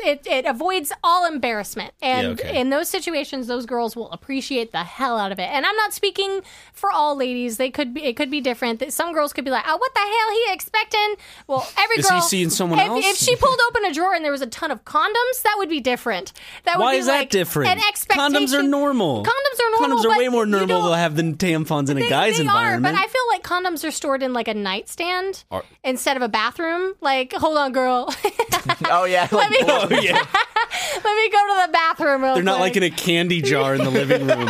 It, it avoids all embarrassment, and okay. in those situations, those girls will appreciate the hell out of it. And I'm not speaking for all ladies; they could be, it could be different. That Some girls could be like, "Oh, what the hell? He expecting?" Well, every Is he girl seeing someone if, else? If she pulled open a drawer and there was a ton of condoms, that would be different. That would Why be is that like different? An expectation. Condoms are normal. Condoms are normal. Condoms are but way more you normal don't- to have than tampons in a they- guy's they environment. Are, but I feel like condoms are stored in like a nightstand instead of a bathroom. Like, hold on, girl, oh yeah, like, me- oh, yeah. let me go to the bathroom. Real They're not quick. like in a candy jar in the living room.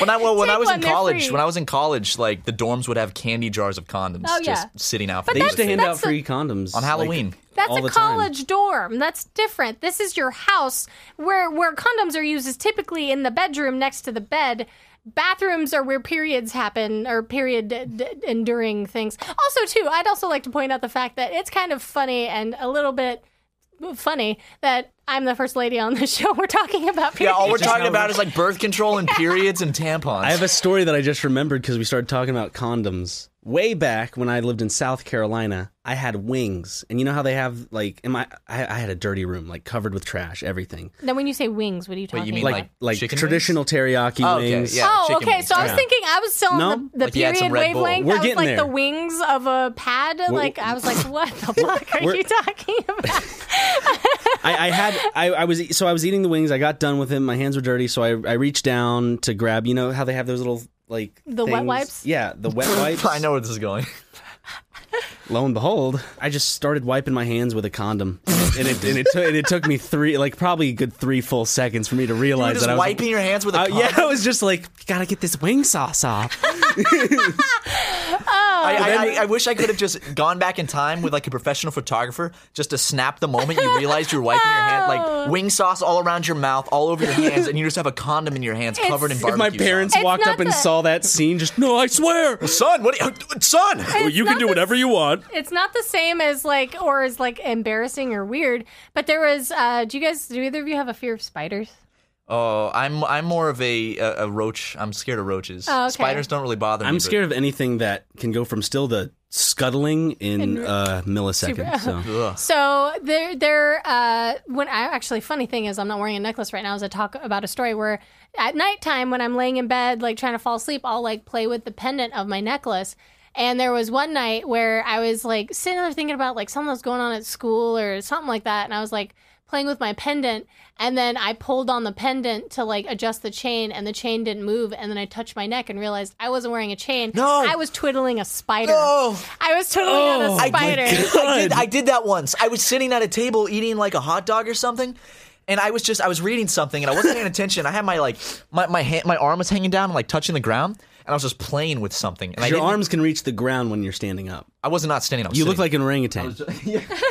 When I well, when I Take was one, in they're college, free. when I was in college, like the dorms would have candy jars of condoms Oh, just yeah. sitting out. for But They the used to That's- hand out that's a- free condoms On like, Halloween. That's all a the time. college dorm. That's different. This is your house where where condoms are used is typically in the bedroom next to the bed. Bathrooms are where periods happen or period d- d- enduring things. Also, too, I'd also like to point out the fact that it's kind of funny and a little bit funny that I'm the first lady on the show. We're talking about Yeah, periods. all we're Just talking how about we- is like birth control and periods and tampons. I have a story that I just remembered because we started talking about condoms. Way back when I lived in South Carolina, I had wings, and you know how they have like, in my, I, I had a dirty room, like covered with trash, everything, now, when you say wings, what are you talking you mean about? like like, chicken traditional teriyaki Oh, okay, wings. yeah, oh, chicken okay. wings. So I was Yeah. thinking I was selling No? the, the Like you had some period Red Bull. wavelength. We're That was getting like there. the wings of a pad. like I was like, what the fuck are we're- you talking about? I, I had I, I was so I was eating the wings. I got done with them. My hands were dirty, so I I reached down to grab. You know how they have those little like The wet things? wipes? Yeah, the wet wipes. I know where this is going. Lo and behold, I just started wiping my hands with a condom, and it and it, took and it took me three like probably a good three full seconds for me to You were realize just that I was like, wiping your hands with Uh, a condom. yeah, I was just like, gotta get this wing sauce off. I, I, I, I wish I could have just gone back in time with like a professional photographer just to snap the moment you realized you're wiping your hand, like wing sauce all around your mouth, all over your hands, and you just have a condom in your hands covered in It's- barbecue. if my parents It's walked not up and the- saw that scene, just no, I swear, sauce. son, what? Are you, uh, son, Well, you can not do the- whatever you want. It's not the same as like or as like embarrassing or weird. But there was. Uh, do you guys? Do either of you have a fear of spiders? Oh, I'm I'm more of a a, a roach. I'm scared of roaches. Oh, okay. Spiders don't really bother me. I'm but- scared of anything that can go from still to scuttling in uh, milliseconds. So. Ugh. So there, there. Uh, when I actually, funny thing is, I'm not wearing a necklace right now. As I talk about a story where at nighttime when I'm laying in bed, like trying to fall asleep, I'll like play with the pendant of my necklace. And there was one night where I was like sitting there thinking about like something that was going on at school or something like that, and I was like playing with my pendant and then I pulled on the pendant to like adjust the chain and the chain didn't move and then I touched my neck and realized I wasn't wearing a chain. No. I was twiddling a spider. No. Oh. I was twiddling Oh on a spider. I did, I did that once. I was sitting at a table eating like a hot dog or something, and I was just I was reading something and I wasn't paying attention. I had my like my my hand, my arm was hanging down and like touching the ground, and I was just playing with something. And I Your didn't- arms can reach the ground when you're standing up. I was not standing up. You look like an orangutan.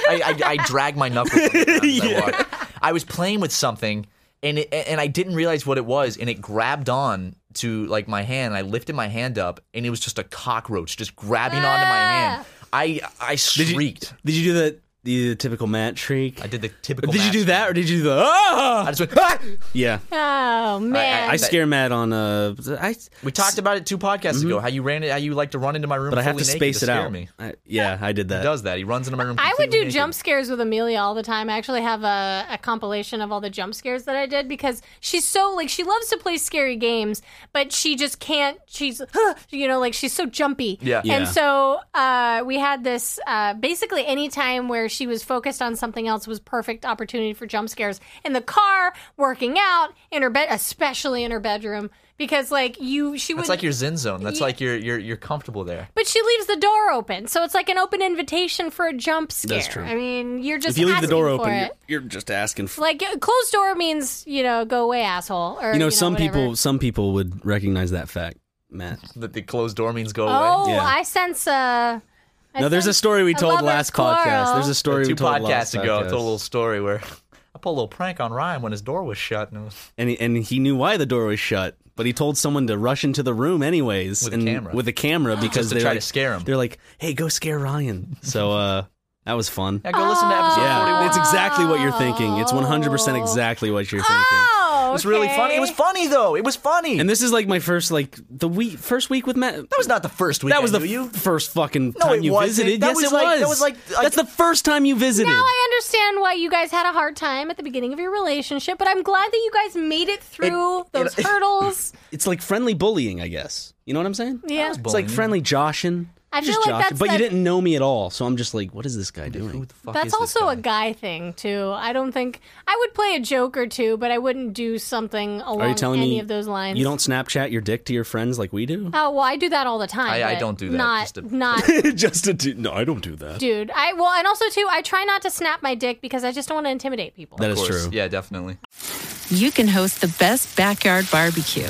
I, I, I dragged my knuckles. on the ground as I, walked. I was playing with something, and it, and I didn't realize what it was, and it grabbed on to like my hand. I lifted my hand up, and it was just a cockroach just grabbing onto my hand. I I shrieked. Did you do the, the, typical Matt shriek? I did the typical. Did you do mask. that, or did you do the? I Ah! just went. "Ah!" Yeah, Oh man. I, scare Matt on. Uh, I We talked about it two podcasts ago. How you ran it. How you like to run into my room. Mm-hmm. but I have to fully space naked it to scare out. Me. I- yeah, I did that. He does that. He runs into my room. I would completely do naked. jump scares with Amelia all the time. I actually have a, a compilation of all the jump scares that I did because she's so like she loves to play scary games, but she just can't. She's you know like she's so jumpy. Yeah. Yeah. And so uh, we had this uh, basically any time where she was focused on something else was perfect opportunity for jump scares in the car, working out, in her bed, especially in her bedroom because like you she That's would like your zen zone. That's like you're you're you're comfortable there. but she leaves the door open, so it's like an open invitation for a jump scare. true. I mean, you're If just you leave the asking door for open, you're, it. you're just asking. For, Like a closed door means you know go away, asshole. Or you know, some whatever. people, some people would recognize that fact, Matt. That the closed door means go away. Oh, Yeah. I sense. Uh, I No, there's a sense story we told lover's last podcast. quarrel. There's a story two we told last podcasts ago, I podcast. told a little story where I pulled a little prank on Ryan when his door was shut and it was and he, and he knew why the door was shut, but he told someone to rush into the room anyways With a and camera. with a camera because to they try like, to scare him. They're like, "Hey, go scare Ryan." So uh, that was fun. Yeah, go listen Oh. to episode Yeah, 41. it's exactly what you're thinking. It's 100 percent exactly what you're thinking. Oh, It was really okay. funny. It was funny though. It was funny. And this is like my first like the week first week with Matt. that was not the first week. That was I the knew you. f- first fucking No, time it you wasn't. visited. That yes, was it like- that was like- that's the first time you visited. Now I understand why you guys had a hard time at the beginning of your relationship, but I'm glad that you guys made it through those hurdles. it's like friendly bullying, I guess. You know what I'm saying? Yeah. It's like friendly joshing. I just feel like joshing. that's but you the- didn't know me at all, so I'm just like, what is this guy doing? That's also a guy thing too. I don't think I would play a joke or two, but I wouldn't do something Are you along telling any me of those lines. You don't Snapchat your dick to your friends like we do? Oh well, I do that all the time. I- I but don't do that, Not, just to- not, just to do? No, I don't do that. dude. I well, and also too, I try not to snap my dick because I just don't want to intimidate people. That is true. Yeah, definitely. You can host the best backyard barbecue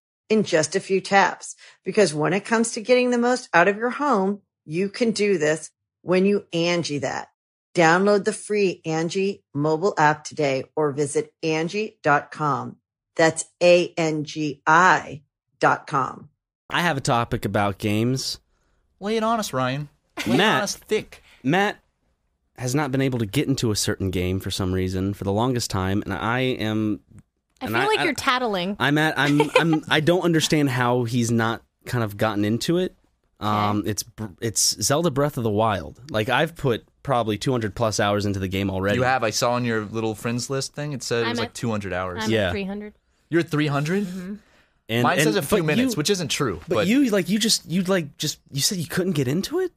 in just a few taps. Because when it comes to getting the most out of your home, you can do this when you Angie that. Download the free Angie mobile app today or visit Angie.com. That's A-N-G-I dot com. I have a topic about games. Lay it on us, Ryan. Lay it on Matt. us thick. Matt has not been able to get into a certain game for some reason for the longest time, and I am. I and feel like I- you're tattling. I'm at. I'm. I'm. I don't understand how he's not kind of gotten into it. Um, it's br- it's Zelda Breath of the Wild. Like I've put probably 200 plus hours into the game already. You have. I saw on your little friends list thing. It said it I'm was like at- 200 hours. I'm Yeah. at 300. You're 300. And, Mine and- says a few but minutes, you- which isn't true. But, you like you just you like just you said you couldn't get into it.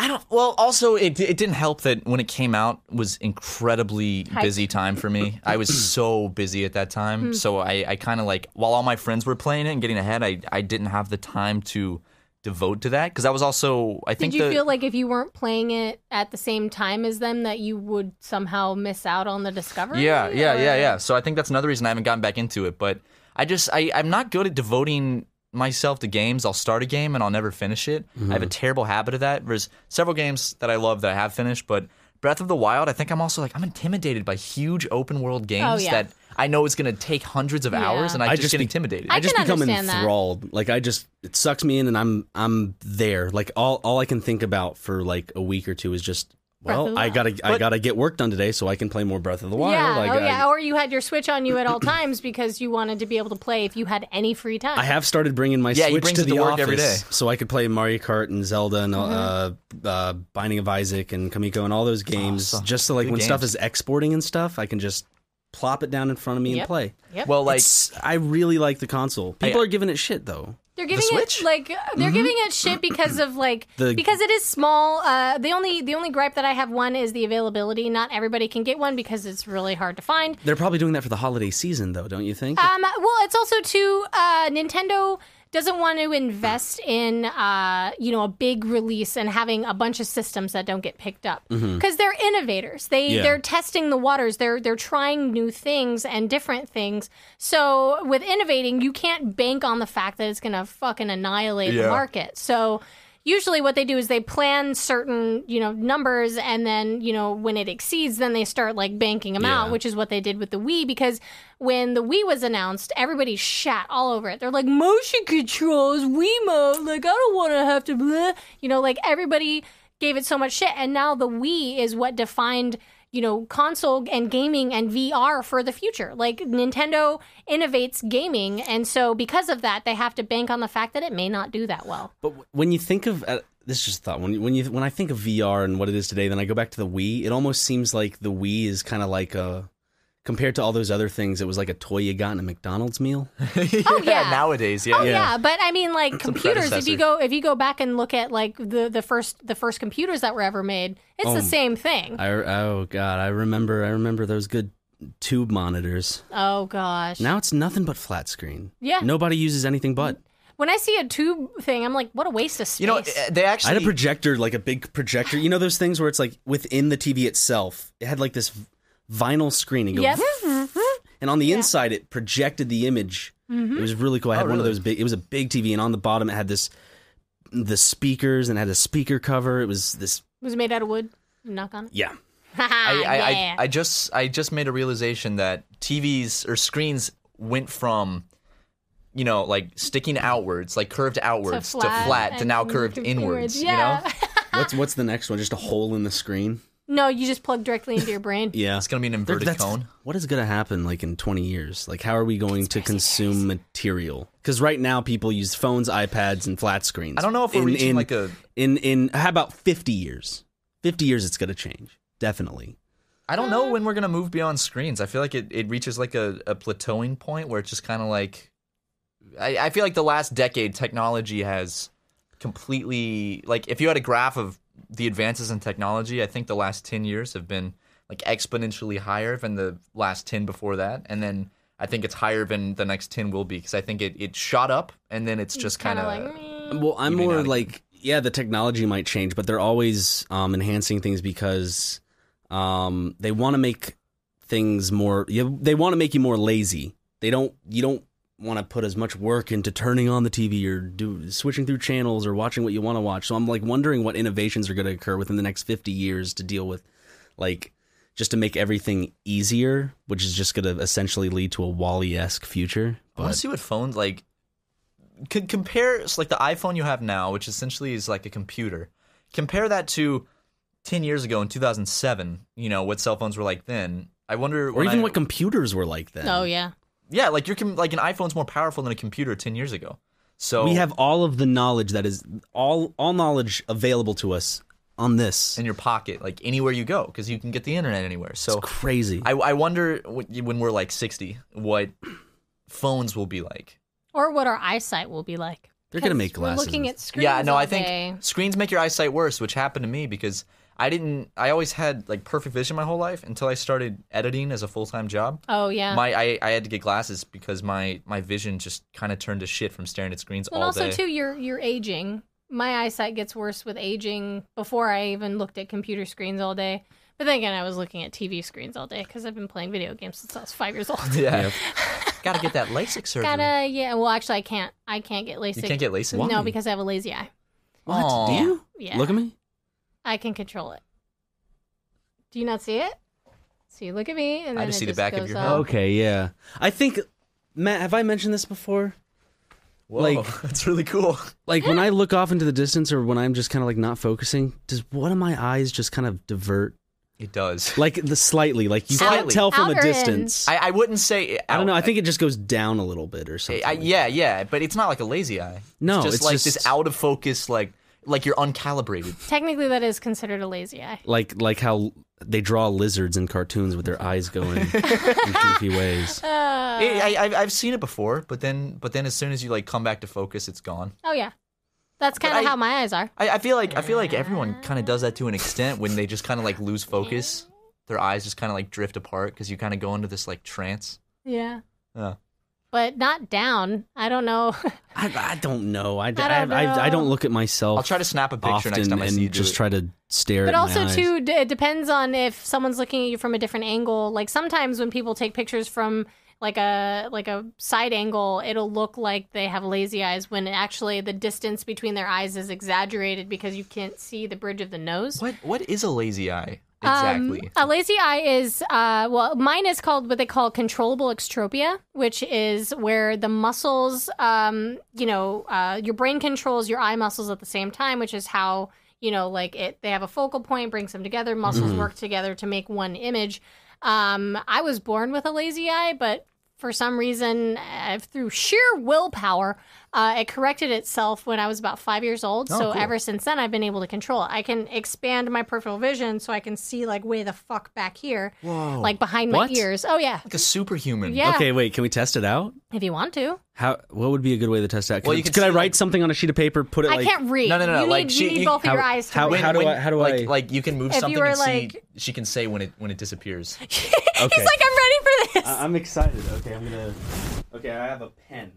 I don't. Well, also it it didn't help that when it came out was incredibly Hyped. Hmm. busy time for me. I was so busy at that time, so I I kind of like while all my friends were playing it and getting ahead, I I didn't have the time to devote to that because I was also I think Did you the, feel like if you weren't playing it at the same time as them, that you would somehow miss out on the discovery? yeah yeah yeah or- yeah. So I think that's another reason I haven't gotten back into it. But I just I I'm not good at devoting myself to games. I'll start a game and I'll never finish it. I Mm-hmm. have a terrible habit of that. There's several games that I love that I have finished, but Breath of the Wild, I think I'm also like I'm intimidated by huge open world games Oh, yeah. that I know it's going to take hundreds of hours, Yeah. and I, I just, just get be- intimidated. I I just can become understand that. enthralled. Like I just it sucks me in, and I'm I'm there. Like all all I can think about for like a week or two is just Breath of well the I gotta I But- gotta get work done today so I can play more Breath of the Wild. Yeah, Like, oh I, yeah, or you had your Switch on you at all times because you wanted to be able to play if you had any free time. I have started bringing my Yeah, he Switch brings to it to the work office every day. so I could play Mario Kart and Zelda and uh, Mm-hmm. uh, Binding of Isaac and Kamiko and all those games. Awesome. Just so like Good when stuff games. is exporting and stuff, I can just plop it down in front of me Yep. and play. Yep. Well, like It's- I really like the console. People are giving it shit though. They're giving Switch? it like uh, they're giving it shit because of like The- because it is small. Uh, the only the only gripe that I have one is the availability. Not everybody can get one because it's really hard to find. They're probably doing that for the holiday season though, don't you think? Um, well, it's also too uh, Nintendo doesn't want to invest in uh, you know a big release and having a bunch of systems that don't get picked up because they're innovators. They Yeah. they're testing the waters. They're they're trying new things and different things. So with innovating, you can't bank on the fact that it's going to fucking annihilate the Yeah. market. So. Usually, what they do is they plan certain, you know, numbers, and then, you know, when it exceeds, then they start like banking them out, Yeah. which is what they did with the Wii because when the Wii was announced, everybody shat all over it. They're like motion controls, Wiimote, like I don't want to have to blah. You know, like everybody gave it so much shit and now the Wii is what defined you know, console and gaming and VR for the future. Like Nintendo innovates gaming, and so because of that, they have to bank on the fact that it may not do that well. But w- when you think of uh, this, is just a thought. When you- when you when I think of VR and what it is today, then I go back to the Wii. It almost seems like the Wii is kind of like a compared to all those other things. It was like a toy you got in a McDonald's meal. Oh, yeah. nowadays, yeah, Oh yeah. but I mean, like computers. If predecessor. you go, if you go back and look at like the the first the first computers that were ever made, it's Oh. the same thing. I oh god, I remember I remember those good tube monitors. oh gosh. Now it's nothing but flat screen. Yeah. nobody uses anything but. When I see a tube thing, I'm like, what a waste of space. You know, uh, they I actually had a projector, like a big projector. You know those things where it's like within the TV itself, it had like this v- vinyl screen and go, Yep. and on the inside it projected the image. It was really cool. I had one of Oh, really? those big. It was a big TV, and on the bottom it had this the speakers and it had a speaker cover. It was this. It was made out of wood. Knock on it. Yeah, I, I, I, I, I just I just made a realization that TVs or screens went from you know like sticking outwards, like curved outwards to flat flat, to and now then curved to inwards. inwards. Yeah. You know, what's what's the next one? Just a hole in the screen. no, you just plug directly into your brain. Yeah, it's gonna be an There- inverted that's- cone. What is going to happen like in 20 years? Like, how are we going to consume material? Because right now, people use phones, iPads, and flat screens. I don't know if we're reaching like a. in in how about 50 years? 50 years, it's going to change definitely. I don't Uh. know when we're gonna move beyond screens. I feel like it, it reaches like a, a plateauing point where it's just kind of like. I, I feel like the last decade technology has completely like if you had a graph of the advances in technology, I think the last ten years have been like exponentially higher than the last ten before that, and then I think it's higher than the next ten will be because I think it, it shot up and then it's just kind Kinda of like, mm, meh. Well, I'm You may more not like yeah, the technology might change, but they're always um, enhancing things because um, they want to make things more. You, they want to make you more lazy. They don't. You don't want to put as much work into turning on the TV or do switching through channels or watching what you want to watch. So I'm like wondering what innovations are going to occur within the next 50 years to deal with, like. Just to make everything easier, which is just going to essentially lead to a Wally esque future. I want But to see what phones like. Could compare so, like the iPhone you have now, which essentially is like a computer. Compare that to ten years ago in two thousand seven. You know what cell phones were like then. I wonder. or when even I- what computers were like then. Oh yeah. yeah, like your com- like an iPhone's more powerful than a computer ten years ago. So we have all of the knowledge that is all all knowledge available to us on this. in your pocket, like anywhere you go, because you can get the internet anywhere. So it's crazy. I, I wonder when when we're like sixty, what phones will be like. Or what our eyesight will be like. They're gonna 'Cause make we're glasses. looking at screens. Yeah, no, all I think day. screens make your eyesight worse, which happened to me because I didn't. I always had like perfect vision my whole life until I started editing as a full time job. Oh yeah. My I, I had to get glasses because my my vision just kind of turned to shit from staring at screens and all also day. too, you're you're aging. My eyesight gets worse with aging. Before I even looked at computer screens all day. But then again, I was looking at TV screens all day because I've been playing video games since I was five years old. yeah, gotta get that LASIK surgery. Gotta, yeah. Well, actually, I can't. I can't get LASIK. You can't get LASIK. No, because I have a lazy eye. what do Aw. you? Yeah. Look at me. I can control it. Do you not see it? So you look at me, and I then just it see the back of goes your up. head. Okay, yeah. I think Matt, have I mentioned this before? Whoa, like- that's really cool. Like when I look off into the distance or when I'm just kind of like not focusing, does one of my eyes just kind of divert It does. like the slightly like you can't Slightly. tell from a Outer ends. distance. I, I wouldn't say. I don't know. I think it just goes down a little bit or I, something. I, like yeah, yeah, but it's not like a lazy eye. No, it's just it's like just- this out of focus, like like you're uncalibrated. Technically, that is considered a lazy eye. like like how they draw lizards in cartoons with their eyes going in goofy ways. It, Uh, I, I've, I've seen it before, but then but then as soon as you like come back to focus, it's gone. Oh yeah, that's kind of I- how my eyes are. I, I feel like I feel like everyone kind of does that to an extent when they just kind of like lose focus. Their eyes just kind of like drift apart because you kind of go into this like trance. Uh, Yeah, Yeah. but not down. I don't know. I, I don't know. I, I, don't I, I, know. don't look at myself. I'll try to snap a picture often next time I and see you. do just it. try to stare. but at also my eyes. too, d- it depends on if someone's looking at you from a different angle. Like sometimes when people take pictures from like a like a side angle, it'll look like they have lazy eyes when actually the distance between their eyes is exaggerated because you can't see the bridge of the nose. What what is a lazy eye Um, exactly? a lazy eye is, uh, well, mine is called what they call controllable extropia, which is where the muscles, um, you know, uh, your brain controls your eye muscles at the same time, which is how, you know, like it, they have a focal point, brings them together, muscles work together to make one image. Um, I was born with a lazy eye, but for some reason, uh, through sheer willpower, uh, it corrected itself when I was about five years old. so ever since then, I've been able to control it. I can expand my peripheral vision so I can see like way the fuck back here, Whoa. like behind my What? ears. Oh yeah, like a superhuman. yeah. Okay, wait. Can we test it out? If you want to, How? What would be a good way to test it out? Can, Well, I- you can could I see, write like- something on a sheet of paper? Put it I like can't read. No, no, no, You like, need, she- you need you- both of your how- eyes to how- read. how do I- how do I- like like you can move If something you were, and like- see she can say when it when it disappears. Uh, He's like, I'm ready for this. I'm excited. Okay, I'm gonna. Okay, I have a pen.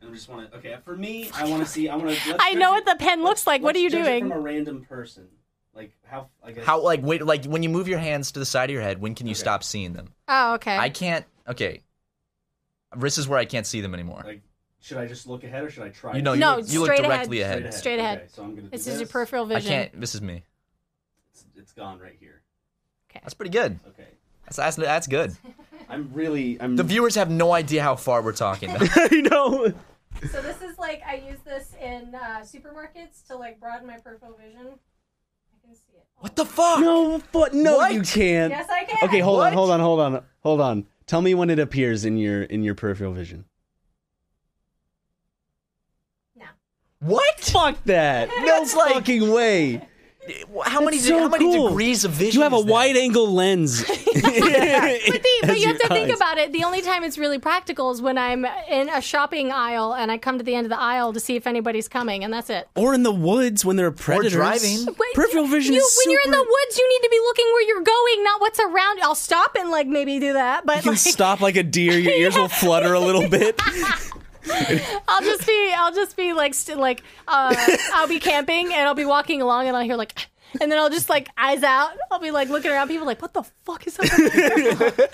And I just want to. Okay, for me, I want to see. I want to. I know what the pen looks like. What are you doing? From a random person, like how? I guess. How like wait like when you move your hands to the side of your head, when can you stop seeing them? Oh, okay. I can't. Okay, this is where I can't see them anymore. Like, should I just look ahead or should I try? You know, to- you No, look, you look straight ahead. directly ahead. Straight ahead. Straight ahead. Okay, so I'm gonna do This this. is your peripheral vision. I can't. This is me. It's, it's gone right here. That's pretty good. Okay. That's that's, that's good. I'm really. I'm. The viewers have no idea how far we're talking. I know. So this is like I use this in uh, supermarkets to like broaden my peripheral vision. I can see it. what the fuck? No, but no, What? you can't. Yes, I can. Okay, hold on, What? hold on, hold on, hold on. Tell me when it appears in your in your peripheral vision. No. What? Fuck that! No That's like- fucking way. How many? That's de- so how many cool. degrees of vision? You have a is that? wide angle lens. but, But you have to think about it. The only time it's really practical is when I'm in a shopping aisle and I come to the end of the aisle to see if anybodydy's coming, and that's it. Or in the woods when there are predators. driving. But Peripheral vision you, is When you're in super- the woods, you need to be looking where you're going, not what's around. I'll stop and like maybe do that, but You can like, stop like a deer. Your ears will flutter a little bit. I'll just be, I'll just be like, st- like uh, I'll be camping and I'll be walking along and I'll hear like. And then I'll just like eyes out. I'll be like looking around. People like, what the fuck is up? with that girl?"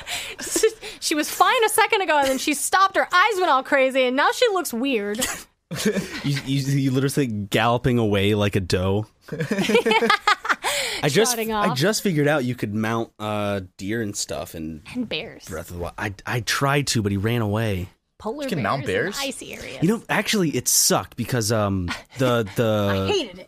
she was fine a second ago, and then she stopped. Her eyes went all crazy, and now she looks weird. You, you, you literally galloping away like a doe. I just Trotting I off. just figured out you could mount uh, deer and stuff and And bears, Breath of the Wild. I I tried to, but he ran away. polar can bears, mount bears? in icy areas. You know, actually, it sucked because um the uh, the I hated it.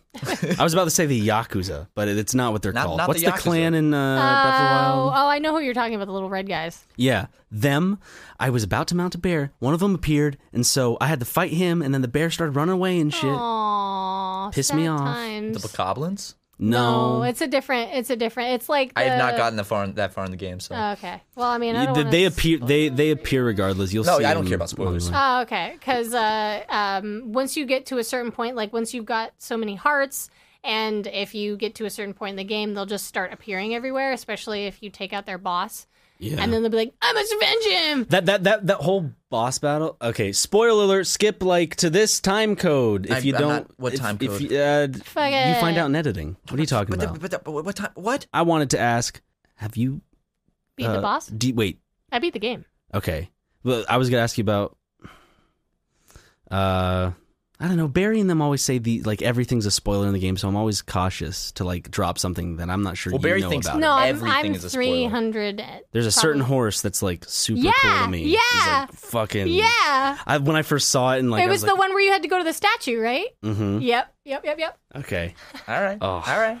I, was about to say the yakuza, but it, it's not what they're Not- called. not What's the the, Yakuza. clan in uh, Breath of the Wild? Oh, oh, I know who you're talking about. The little red guys. Yeah, them. I was about to mount a bear. One of them appeared, and so I had to fight him, and then the bear started running away and shit. Aww, Pissed me sad off. Times. The bokoblins? No, it's a different. It's a different. It's like I have the- Uh, not gotten that far in, that far in the game, so Oh, okay. Well, I mean, I You- don't they, wanna they s- appear. They they appear regardless. You'll No, see. I don't them care about spoilers. online. Oh, okay. Because uh, um, once you get to a certain point, like once you've got so many hearts, and if you get to a certain point in the game, they'll just start appearing everywhere. Especially if you take out their boss, yeah. and then they'll be like, "I must avenge him." that that that that whole boss battle. Okay, spoiler alert. Skip like to this time code if I- you I'm don't. not- what if- time if code? you, uh, Fuck you find it. out in editing. What are you talking But, the- about? but, the- but what time? What? I wanted to ask. Have you Beat uh, the boss. Do, wait. I beat the game. Okay. Well, I was gonna ask you about. Uh, I don't know. Barry and them always say the like everything's a spoiler in the game, so I'm always cautious to like drop something that I'm not sure. Well, you Barry know thinks- about. No, I'm, Everything I'm is a spoiler. 300. There's a certain probably- horse that's like super cool Yeah, to me. He's, like, yeah. fucking Yeah. I, when I first saw it and like it was, I was the one where you had to go to the statue, right? like, hmm Yep, yep, yep, yep. Okay. All right. Oh. All right.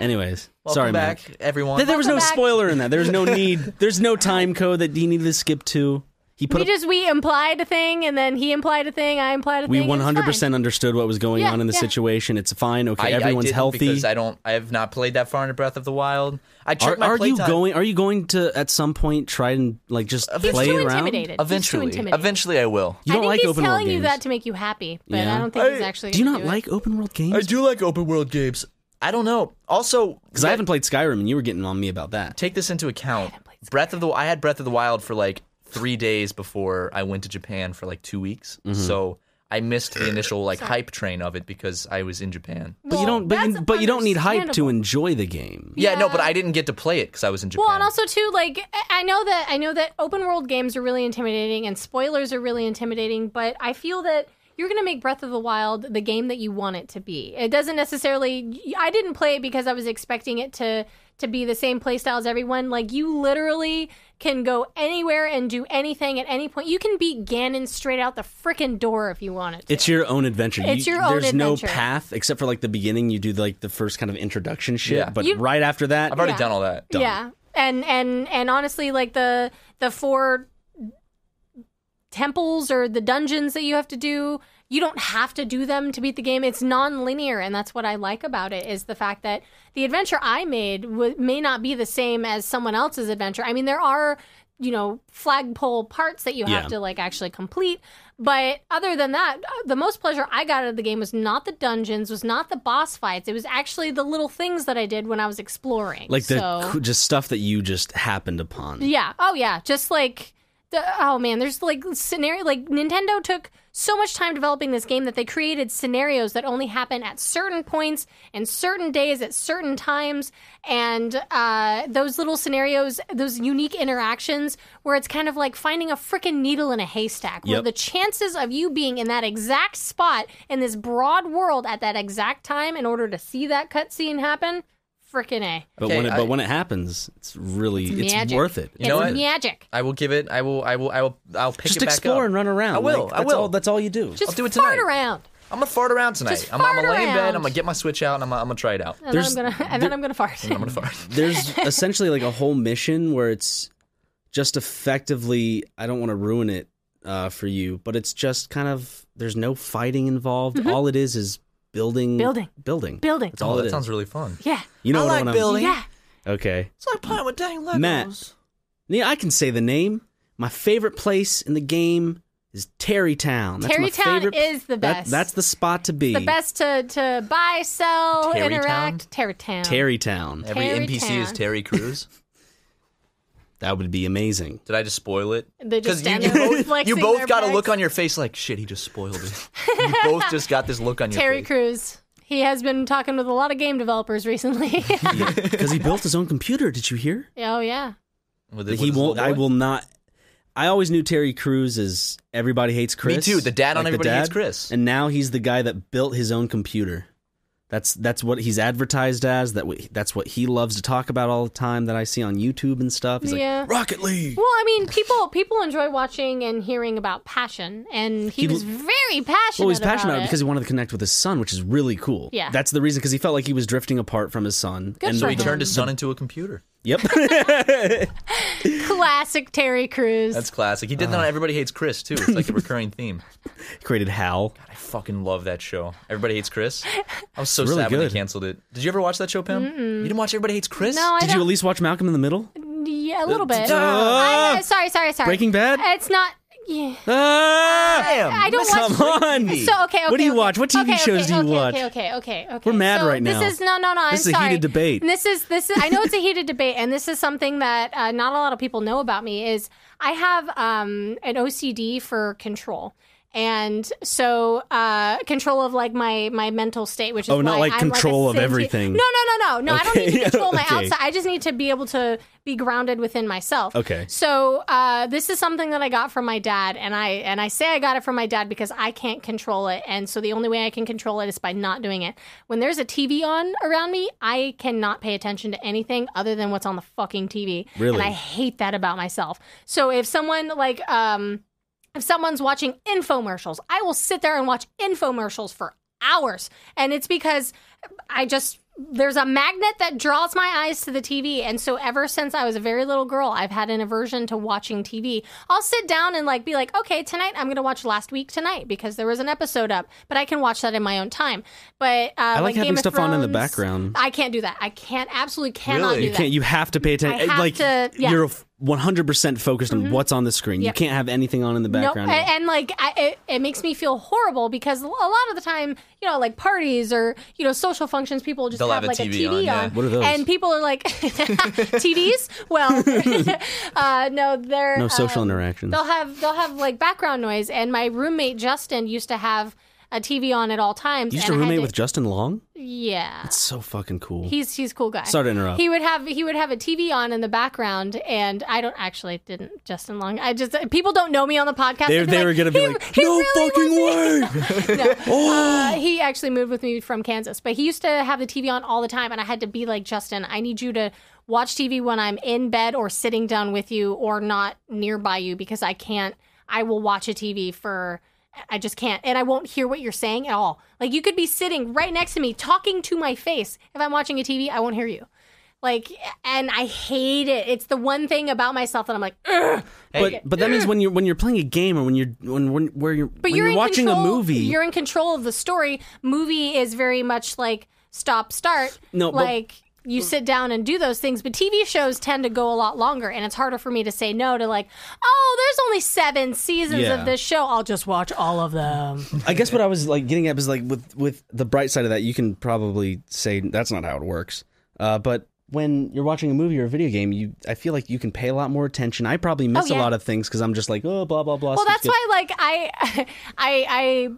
Anyways, Welcome sorry, man. back, everyone. There, there was no Welcome back. spoiler in that. There's no need. There's no time code that he needed to skip to. He put. we up- just we implied a thing, and then he implied a thing. I implied a we thing. it was 100 percent fine. understood what was going Yeah, on in the yeah. situation. It's fine. Okay, I, I everyone's didn't healthy. because I don't. I have not played that far into Breath of the Wild. I Are, checked my are you playtime. going? Are you going to at some point try and like just He's play too around? intimidated. Eventually, He's too intimidated. eventually I will. You don't I think like he's open telling world you games. that to make you happy, but Yeah. I don't think he's I- actually. Do you gonna not do it. like open world games? I do like open world games. I don't know. Also, Because I haven't played Skyrim, and you were getting on me about that. take this into account. Breath of the I had Breath of the Wild for like three days before I went to Japan for like two weeks. Mm-hmm. So I missed the initial like hype train of it because I was in Japan. But you don't. But you, that's but you don't need hype to understandable. enjoy the game. Yeah, no, Yeah. but I didn't get to play it because I was in Japan. Well, and also too, like I- I know that I know that open world games are really intimidating and spoilers are really intimidating, but I feel that you're going to make Breath of the Wild the game that you want it to be. It doesn't necessarily. I didn't play it because I was expecting it to to be the same playstyle as everyone. Like you literally can go anywhere and do anything at any point. You can beat Ganon straight out the frickin' door if you wanted to. It's your own adventure. It's You- your own There's adventure. no path except for like the beginning. You do like the first kind of introduction shit, Yeah. but You- right after that, I've already yeah. done all that. Yeah, and and and honestly, like the the four temples or the dungeons that you have to do, you don't have to do them to beat the game. It's non-linear, and that's what I like about it is the fact that the adventure I made w- may not be the same as someone else's adventure. I mean, there are you know flagpole parts that you have Yeah. to like actually complete but other than that uh, the most pleasure i got out of the game was not the dungeons was not the boss fights it was actually the little things that i did when i was exploring like the So- coo- just stuff that you just happened upon. yeah. Oh, yeah. Just like the, oh man, there's like scenario like Nintendo took so much time developing this game that they created scenarios that only happen at certain points and certain days at certain times and uh, those little scenarios those unique interactions where it's kind of like finding a freaking needle in a haystack where Yep. the chances of you being in that exact spot in this broad world at that exact time in order to see that cutscene happen freaking a But when it, but when it happens, it's really it's, magic. worth it. it's magic I will give it. I will. I will. I will. I'll pick Just it back explore up. and run around. I will. Like, I that's will. all- that's all you do. just I'll do it fart tonight. around I'm gonna fart around tonight. Just I'm, I'm gonna fart lay in around. bed. I'm gonna get my Switch out and I'm gonna, I'm gonna try it out. and There's- then i'm gonna and then i'm gonna fart I'm gonna fart. There's essentially like a whole mission where it's just effectively. I don't want to ruin it uh, for you, but it's just kind of there's no fighting involved. All it is is building, Mm-hmm. Building. building, Building. That's all Oh, it that is. sounds really fun. yeah You know I what like I want building. yeah Okay, It's like playing with dang Legos. Matt. yeah, I can say the name. My favorite place in the game is Terrytown. That's my Terrytown favorite- is the that- best. that's the spot to be. the best to, to buy, sell, Terrytown? interact. Terrytown. Terrytown. Every Terry NPC is Town. Terry Crews. That would be amazing. Did I just spoil it? They you, just stand you there both, you flexing both their got a pecs. look on your face like shit. He just spoiled it. you both just got this look on your Terry face. Crews. He has been talking with a lot of game developers recently. Because he built his own computer. Did you hear? oh yeah. With That it- he with his won't. little I boy. will not. I always knew Terry Crews as everybody hates Chris. too, the dad on the Everybody Hates Chris. And now he's the guy that built his own computer. That's that's what he's advertised as. That what- that's what he loves to talk about all the time. That I see on YouTube and stuff. He's Yeah. like Rocket League. Well, I mean, people people enjoy watching and hearing about passion, and he, He- was very passionate. Well, he's passionate about about it because he wanted to connect with his son, which is really cool. Yeah. that's the reason because he felt like he was drifting apart from his son. Good and for He the, him. turned his son into a computer. Yep. classic Terry Crews. That's classic. He did Uh. that on Everybody Hates Chris too. It's like a recurring theme. Created Hal. I fucking love that show. Everybody Hates Chris. I was so It's really sad when good. they canceled it. Did you ever watch that show, Pam? You didn't watch Everybody Hates Chris? no, I Did don't. you at least watch Malcolm in the Middle? yeah, a little bit. Uh, I- sorry, sorry, sorry. Breaking Bad? It's not. Yeah. Ah! Damn. I don't Come watch. on. So okay, okay. What do you okay. watch? What TV okay, shows okay, do you okay, watch? Okay, okay, okay, okay. We're mad So right now. This is no, no, no. This is I'm a sorry. heated debate. This is this is. I know it's a heated debate, and this is something that uh, not a lot of people know about me. Is I have um, an OCD for control. And so, uh, control of like my my mental state, which is Oh, not why like I'm, control like a of sentient- everything. No, no, no, no, no. I don't need Okay, to control my okay. outside. I just need to be able to be grounded within myself. Okay. So uh, this is something that I got from my dad, and I and I say I got it from my dad because I can't control it, and so the only way I can control it is by not doing it. When there's a TV on around me, I cannot pay attention to anything other than what's on the fucking TV. Really? And I hate that about myself. So if someone like um if someone's watching infomercials, I will sit there and watch infomercials for hours. And it's because I just there's a magnet that draws my eyes to the TV. And so ever since I was a very little girl, I've had an aversion to watching TV. I'll sit down and like be like, okay, tonight I'm gonna watch last week tonight because there was an episode up, but I can watch that in my own time. But uh, I like like having Game of stuff on in the Thrones, background. I can't do that. I can't absolutely cannot Really? do You that. can't. You have to pay attention. have like to- yeah. you're 100 percent focused on what's on the screen. Yep. You can't have anything on in the No, background. and, and, like I, it, it makes me feel horrible because a lot of the time, you know, like parties or you know social functions, people just They'll have, have a like TV a TV on, on, yeah. What are those? and people are like TVs. Well, uh, no, they're no social um, interactions. They'll have they'll have like background noise, and my roommate Justin used to have a TV on at all times. You used to and I had roommate with Justin Long. yeah. It's so fucking cool. He's he's a cool guy. Sorry to interrupt. He would have he would have a TV on in the background, and I don't actually didn't Justin Long. I just people don't know me on the podcast. they They'd they were gonna be "He- like, he no really fucking was- way. Oh, no. Uh, he actually moved with me from Kansas, but he used to have the TV on all the time, and I had to be like Justin. I need you to watch TV when I'm in bed or sitting down with you or not nearby you because I can't. I will watch a TV for. I just can't, and I won't hear what you're saying at all. Like you could be sitting right next to me, talking to my face. If I'm watching a TV, I won't hear you. Like, and I hate it. It's the one thing about myself that I'm like, Ugh. But but that means when you're when you're playing a game or when you're when when where you're But when you're, you're, in watching control, a movie. You're in control of the story. Movie is very much like stop start. No, but- like you sit down and do those things. But TV shows tend to go a lot longer, and it's harder for me to say no to like, oh, there's only seven seasons Yeah. of this show. I'll just watch all of them. I guess what I was like getting at is like with with the bright side of that, you can probably say that's not how it works. Uh, but when you're watching a movie or a video game, you I feel like you can pay a lot more attention. I probably miss Oh, yeah. a lot of things because I'm just like, oh, blah blah blah. Well, skip, that's skip. why, like, I, I, I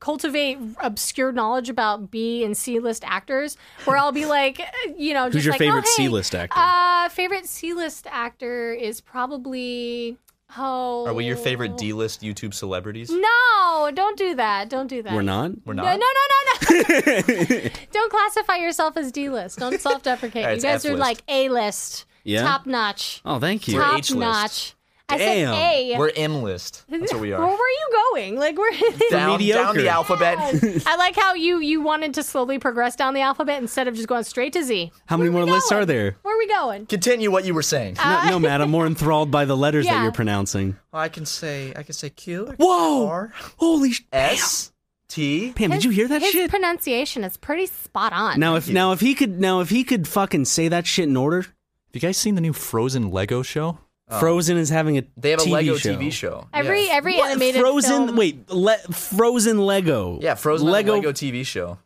cultivate obscure knowledge about B and C list actors, where I'll be like, you know, Who's just your like, favorite oh, hey, C-list actor? Uh, favorite C list actor is probably oh. Are we your favorite D-list YouTube celebrities? Mm, No, don't do that. Don't do that. We're not? We're No, not? no, no, no, no. don't classify yourself as D list. Don't self All deprecate. right, you it's guys are F-list. like A list. Yeah? Top notch. Oh, thank you. Top notch. I Damn. said A. We're M list. That's where we Where were are. you going? Like we're down, down the alphabet. Yes. I like how you you wanted to slowly progress down the alphabet instead of just going straight to Z. How many more lists are there? Where are we going? Continue what you were saying. no, no, Matt, I'm more enthralled by the letters Yeah. that you're pronouncing. I can say I can say Q. Whoa! Holy sh- S T. Pam, did you hear that His shit? pronunciation is pretty spot on. Now, if now if he could now if he could fucking say that shit in order, you guys seen the new Frozen Lego show? Frozen is having a Oh. They have a TV Lego show. TV show. every Yeah. every What? animated Frozen. film- Wait, le- Frozen Lego. Yeah, Frozen had a Lego. Lego TV show.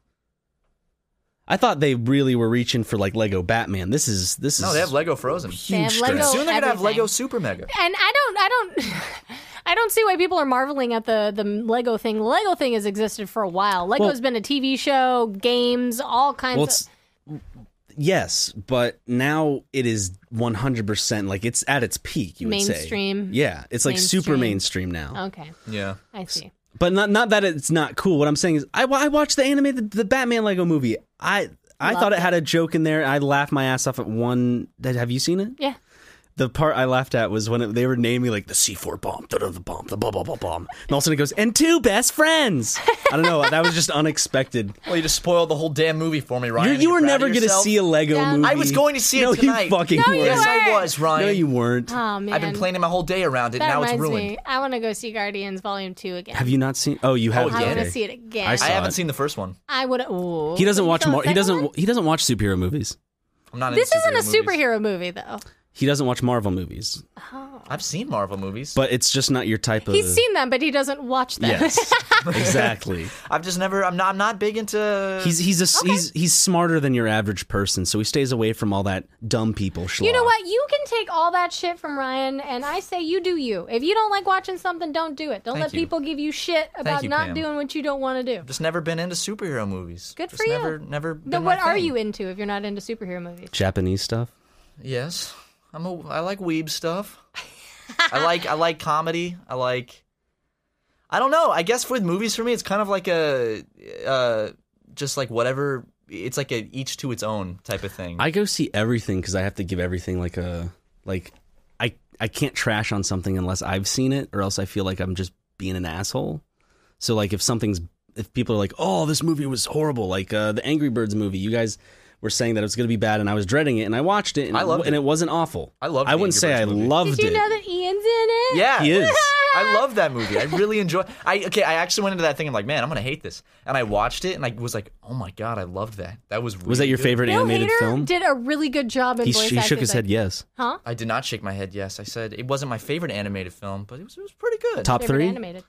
I thought they really were reaching for like Lego Batman. This is this is No, they have Lego Frozen. They have Soon Lego they're gonna have everything. Lego Super Mega. And I don't, I don't, I don't see why people are marveling at the the Lego thing. The Lego thing has existed for a while. Lego's Well- been a TV show, games, all kinds. Well, of, it's, yes, but now it is 100% like it's at its peak, you would say. Mainstream. Yeah, it's like super mainstream Mainstream. now. okay, Yeah. I see. But not not that it's not cool. What I'm saying is I, wa- I watched the animated the Batman Lego movie. I I Loved thought it, it. had a joke in there. I laughed my ass off at one. that- Have you seen it? Yeah. The part I laughed at was when it, they were naming like the C4 bomb, da da the bomb, the blah blah blah bomb, and all of a sudden it goes and two best friends. I don't know. That was just unexpected. Well, you just spoiled the whole damn movie for me, Ryan. You, Are you were proud of never going to yourself? see a Lego Yeah. movie. I was going to see no, it tonight. You fucking No, you weren't. yes, I weren't. was, Ryan. No, you weren't. Oh man, I've been planning my whole day around it. That now it's reminds ruined. me. I want to go see Guardians Volume Two again. Have you not seen? Oh, you have. yeah. I Okay. want okay. to see it again. I I saw haven't it. seen the first one. I would. Ooh, He doesn't You watch. saw the Mar- he second doesn't. one? He doesn't watch superhero movies. I'm not. This into isn't a superhero movies. superhero movie though. He doesn't watch Marvel movies. I've seen Marvel movies. But it's just not your type of. He's seen them, but he doesn't watch them. Yes, exactly. I've just never. I'm not. I'm not big into. He's he's a, he's he's smarter than your average person, so he stays away from all that dumb people. Schlock. You know what? You can take all that shit from Ryan, and I say you do you. If you don't like watching something, don't do it. Don't Thank let you. people give you shit about you, not Pam. doing what you don't want to do. I've just never been into superhero movies. Good Just for you. Never. Never. But been my what are thing. you into if you're not into superhero movies? Japanese stuff. Yes, I'm a. I like weeb stuff. I like. I like comedy. I like. I don't know. I guess with movies for me, it's kind of like a, uh, just like whatever. It's like a each to its own type of thing. I go see everything because I have to give everything like a like. I I can't trash on something unless I've seen it, or else I feel like I'm just being an asshole. So like, if something's if people are like, "Oh, this movie was horrible," like uh, the Angry Birds movie, you guys were saying that it was going to be bad, and I was dreading it, and I watched it, and I loved and it. it wasn't awful. I loved I the wouldn't Angry say Birds I movie. loved Did you it. know that Ian's in it? Yeah, He is. I love that movie. I really enjoy. I okay. I actually went into that thing. I'm like, man, I'm gonna hate this. And I watched it, and I was like, oh my god, I loved that. That was really was that your good. favorite Bill animated Hader film? did a really good job in He, voice sh- he shook acting, his but- head yes. Huh? I did not shake my head. Yes, I said it wasn't my favorite animated film, but it was, it was pretty good. Top Favorite three. animated.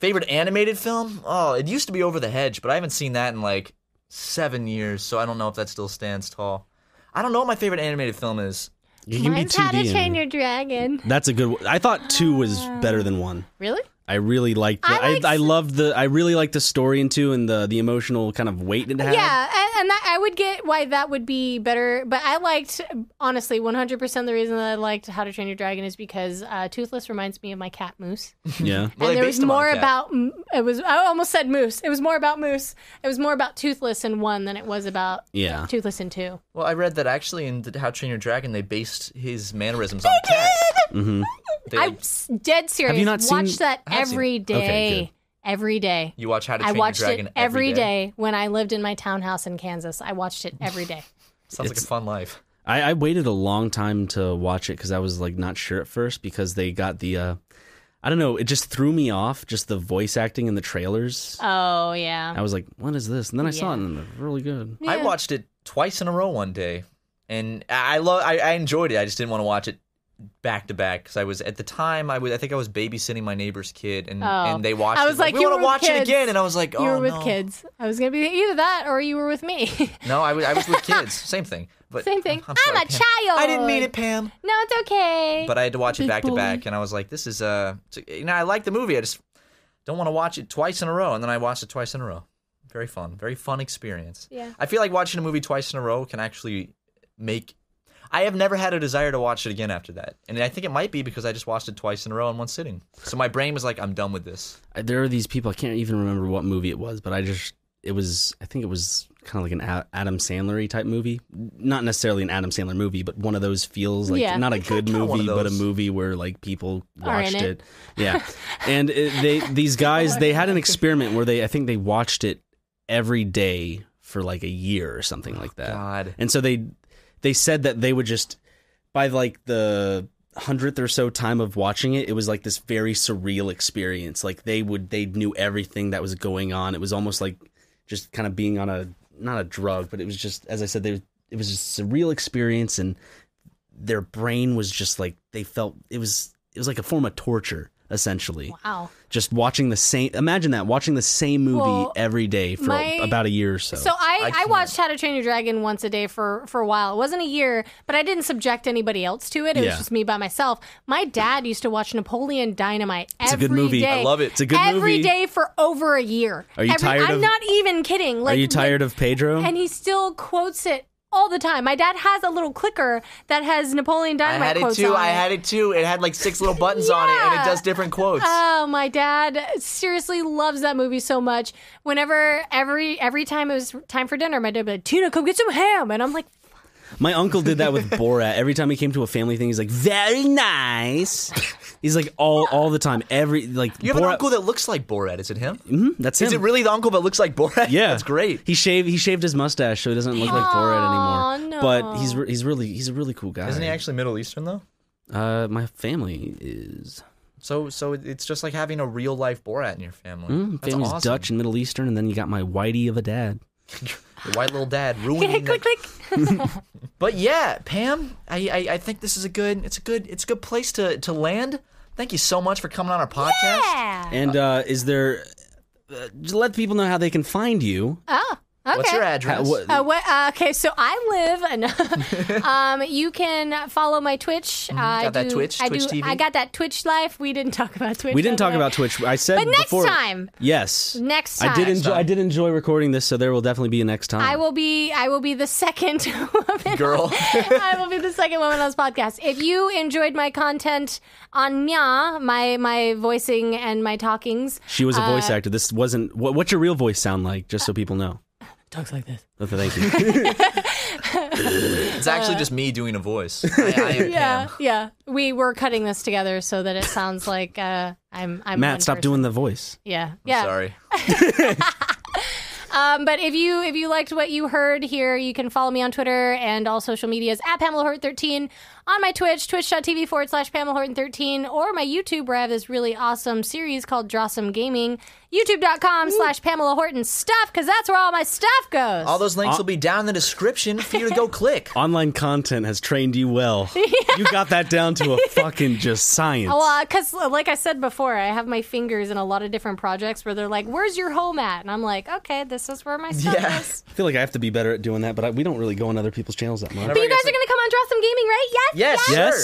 Favorite animated film? Oh, it used to be Over the Hedge, but I haven't seen that in like seven years, so I don't know if that still stands tall. I don't know what my favorite animated film is. You can be Mine's How 2D to in Train it. Your Dragon. That's a good. one. I thought two was better than one. Really? I really liked. The, I I, like I s- loved the. I really liked the story in two and the the emotional kind of weight it Uh-huh. had. Yeah, and, and that, I would get why that would be better, but I liked honestly 100% the reason that I liked How to Train Your Dragon is because uh, Toothless reminds me of my cat Moose. Yeah. Well, they and there based was him on a more cat. about m- it was I almost said moose. It was more about moose. It was more about toothless in one than it was about Yeah. toothless in two. Well, I read that actually in How to Train Your Dragon, they based his mannerisms on a cat. Mm-hmm. They- I'm s- dead serious. not seen- watched that I have seen every day, Okay, every day. you watch How to I Train watched Your Dragon it every day. day. when I lived in my townhouse in Kansas. I watched it every day. Sounds like a fun life. I, I waited a long time to watch it because I was like not sure at first because they got the. uh I don't know. It just threw me off. Just the voice acting in the trailers. oh yeah. I was like, "What is this?" And then I saw it, and it was really good. I watched it twice in a row one day, and I love. I, I enjoyed it. I just didn't want to watch it back to back because I was at the time. I was. I think I was babysitting my neighbor's kid, and, Oh. and they watched. I it, was like, we you want were to watch with it kids. again, and I was like, oh you were with no. kids. I was gonna be either that or you were with me. No, I was, I was with kids. Same thing. But Same thing. I'm, sorry, a Pam. child. I didn't mean it, Pam. No, it's okay. But I had to watch it Big back to boy. back, and I was like, "This is uh, it's- you know, I like the movie. I just don't want to watch it twice in a row." And then I watched it twice in a row. Very fun, very fun experience. Yeah. I feel like watching a movie twice in a row can actually make. I have never had a desire to watch it again after that, and I think it might be because I just watched it twice in a row in one sitting. So my brain was like, "I'm done with this." I- there are these people i can't even remember what movie it was but i just it was i think it was kind of like an A- adam sandler type movie not necessarily an adam sandler movie but one of those feels like Yeah. not a good kinda one of movie but a those. movie where like people Are in watched it. it. yeah and it, they these guys they had an experiment where they i think they watched it every day for like a year or something like that God. and so they they said that they would just by like the hundredth or so time of watching it, it was like this very surreal experience. Like they would they knew everything that was going on. It was almost like just kind of being on a not a drug, but it was just as I said, they it was just a surreal experience and their brain was just like they felt it was it was like a form of torture, essentially. Wow. Just watching the same imagine that, watching the same movie Well, every day for my- about a year or so. So I I, I, can't. watched How to Train Your Dragon once a day for, for a while. It wasn't a year, but I didn't subject anybody else to it. It Yeah. was just me by myself. My dad used to watch Napoleon Dynamite It's a good every movie. I day. love it. It's a good Every movie. day for over a year. Are you Every- tired I'm of- not even kidding. Like, Are you tired of Pedro? And he still quotes it all the time. My dad has a little clicker that has Napoleon Dynamite I had it quotes too. on I it. had it too. It had like six little buttons on it, and it Yeah. does different quotes. Oh, my dad seriously loves that movie so much. Whenever every every time it was time for dinner, my dad would be like, "Tina, come get some ham," and I'm like, My uncle did that with Borat. Every time he came to a family thing, he's like, "Very nice." He's like all all the time. Every like you have Borat. an uncle that looks like Borat. Is it him? Mhm, that's Is him. it really the uncle that looks like Borat? Yeah, that's great. He shaved he shaved his mustache, so he doesn't look like Borat anymore. no. But he's re- he's really he's a really cool guy. Isn't he actually Middle Eastern though? Uh, my family is So so it- it's just like having a real life Borat in your family. mm, That's family's awesome. Dutch and Middle Eastern, and then you got my whitey of a dad. The white little dad ruining. click, the- click, click. But yeah, Pam, I, I I think this is a good it's a good it's a good place to to land. Thank you so much for coming on our podcast. Yeah. And uh, is there? Uh, just let people know how they can find you. Oh, okay. What's your address? How- what- Uh, what, uh, okay, so I live. um, you can follow my Twitch. Mm-hmm. Uh, I got that do- Twitch, I Twitch do. TV. I got that Twitch life. We didn't talk about Twitch. we didn't talk over there. about Twitch. I said But next before- time. Yes. Next I did time. enjoy. I did enjoy recording this, so there will definitely be a next time. I will be I will be the second woman Girl. I will be the second woman on this podcast. If you enjoyed my content on Nya, my my voicing and my talkings, She was a voice actor. This wasn't. What, what's your real voice sound like? Just so people know. Talks like this. Okay, Thank you. It's actually just me doing a voice. I, I am yeah, Pam. yeah, we were cutting this together so that it sounds like uh, I'm I'm one Matt, stop person. doing the voice. yeah I'm yeah. Sorry. Um, but if you if you liked what you heard here, you can follow me on Twitter and all social medias at Pamela Horton 13 on my Twitch, twitch.tv forward slash Pamela Horton 13, or my YouTube where I have this really awesome series called Drawsome Gaming, youtube.com slash Pamela Horton stuff, because that's where all my stuff goes. All those links will be down in the description for you to go click. Online content has trained you well. You got that down to a fucking just science. well, because like I said before, I have my fingers in a lot of different projects where they're like, "Where's your home at?" And I'm like, "Okay, this is where my stuff Yeah. is." I feel like I have to be better at doing that, but I, we don't really go on other people's channels that much. But you guys are gonna come on Drawsome Gaming, right? Yes, Yes, Yes.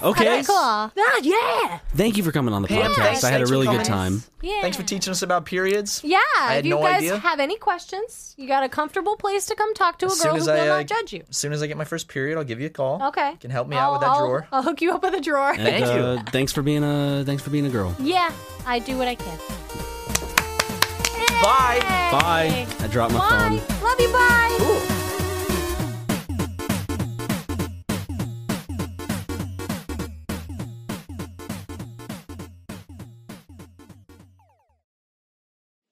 sure. Yeah. Okay. Okay, cool. Ah, yeah. Thank you for coming on the Pam, podcast. thanks- I had a thanks for really good coming. time. Yeah. Thanks for teaching us about periods. Yeah, I had if you no guys idea. have any questions, you got a comfortable place to come talk to a As girl soon who as will I, uh, not judge you. As soon as I get my first period, I'll give you a call. Okay. You can help me I'll- out with that I'll- drawer. I'll hook you up with a drawer. And, Thank you. Uh, thanks for being a thanks for being a girl. yeah, I do what I can. Bye. Bye. I dropped my Bye. phone. Love you. Bye.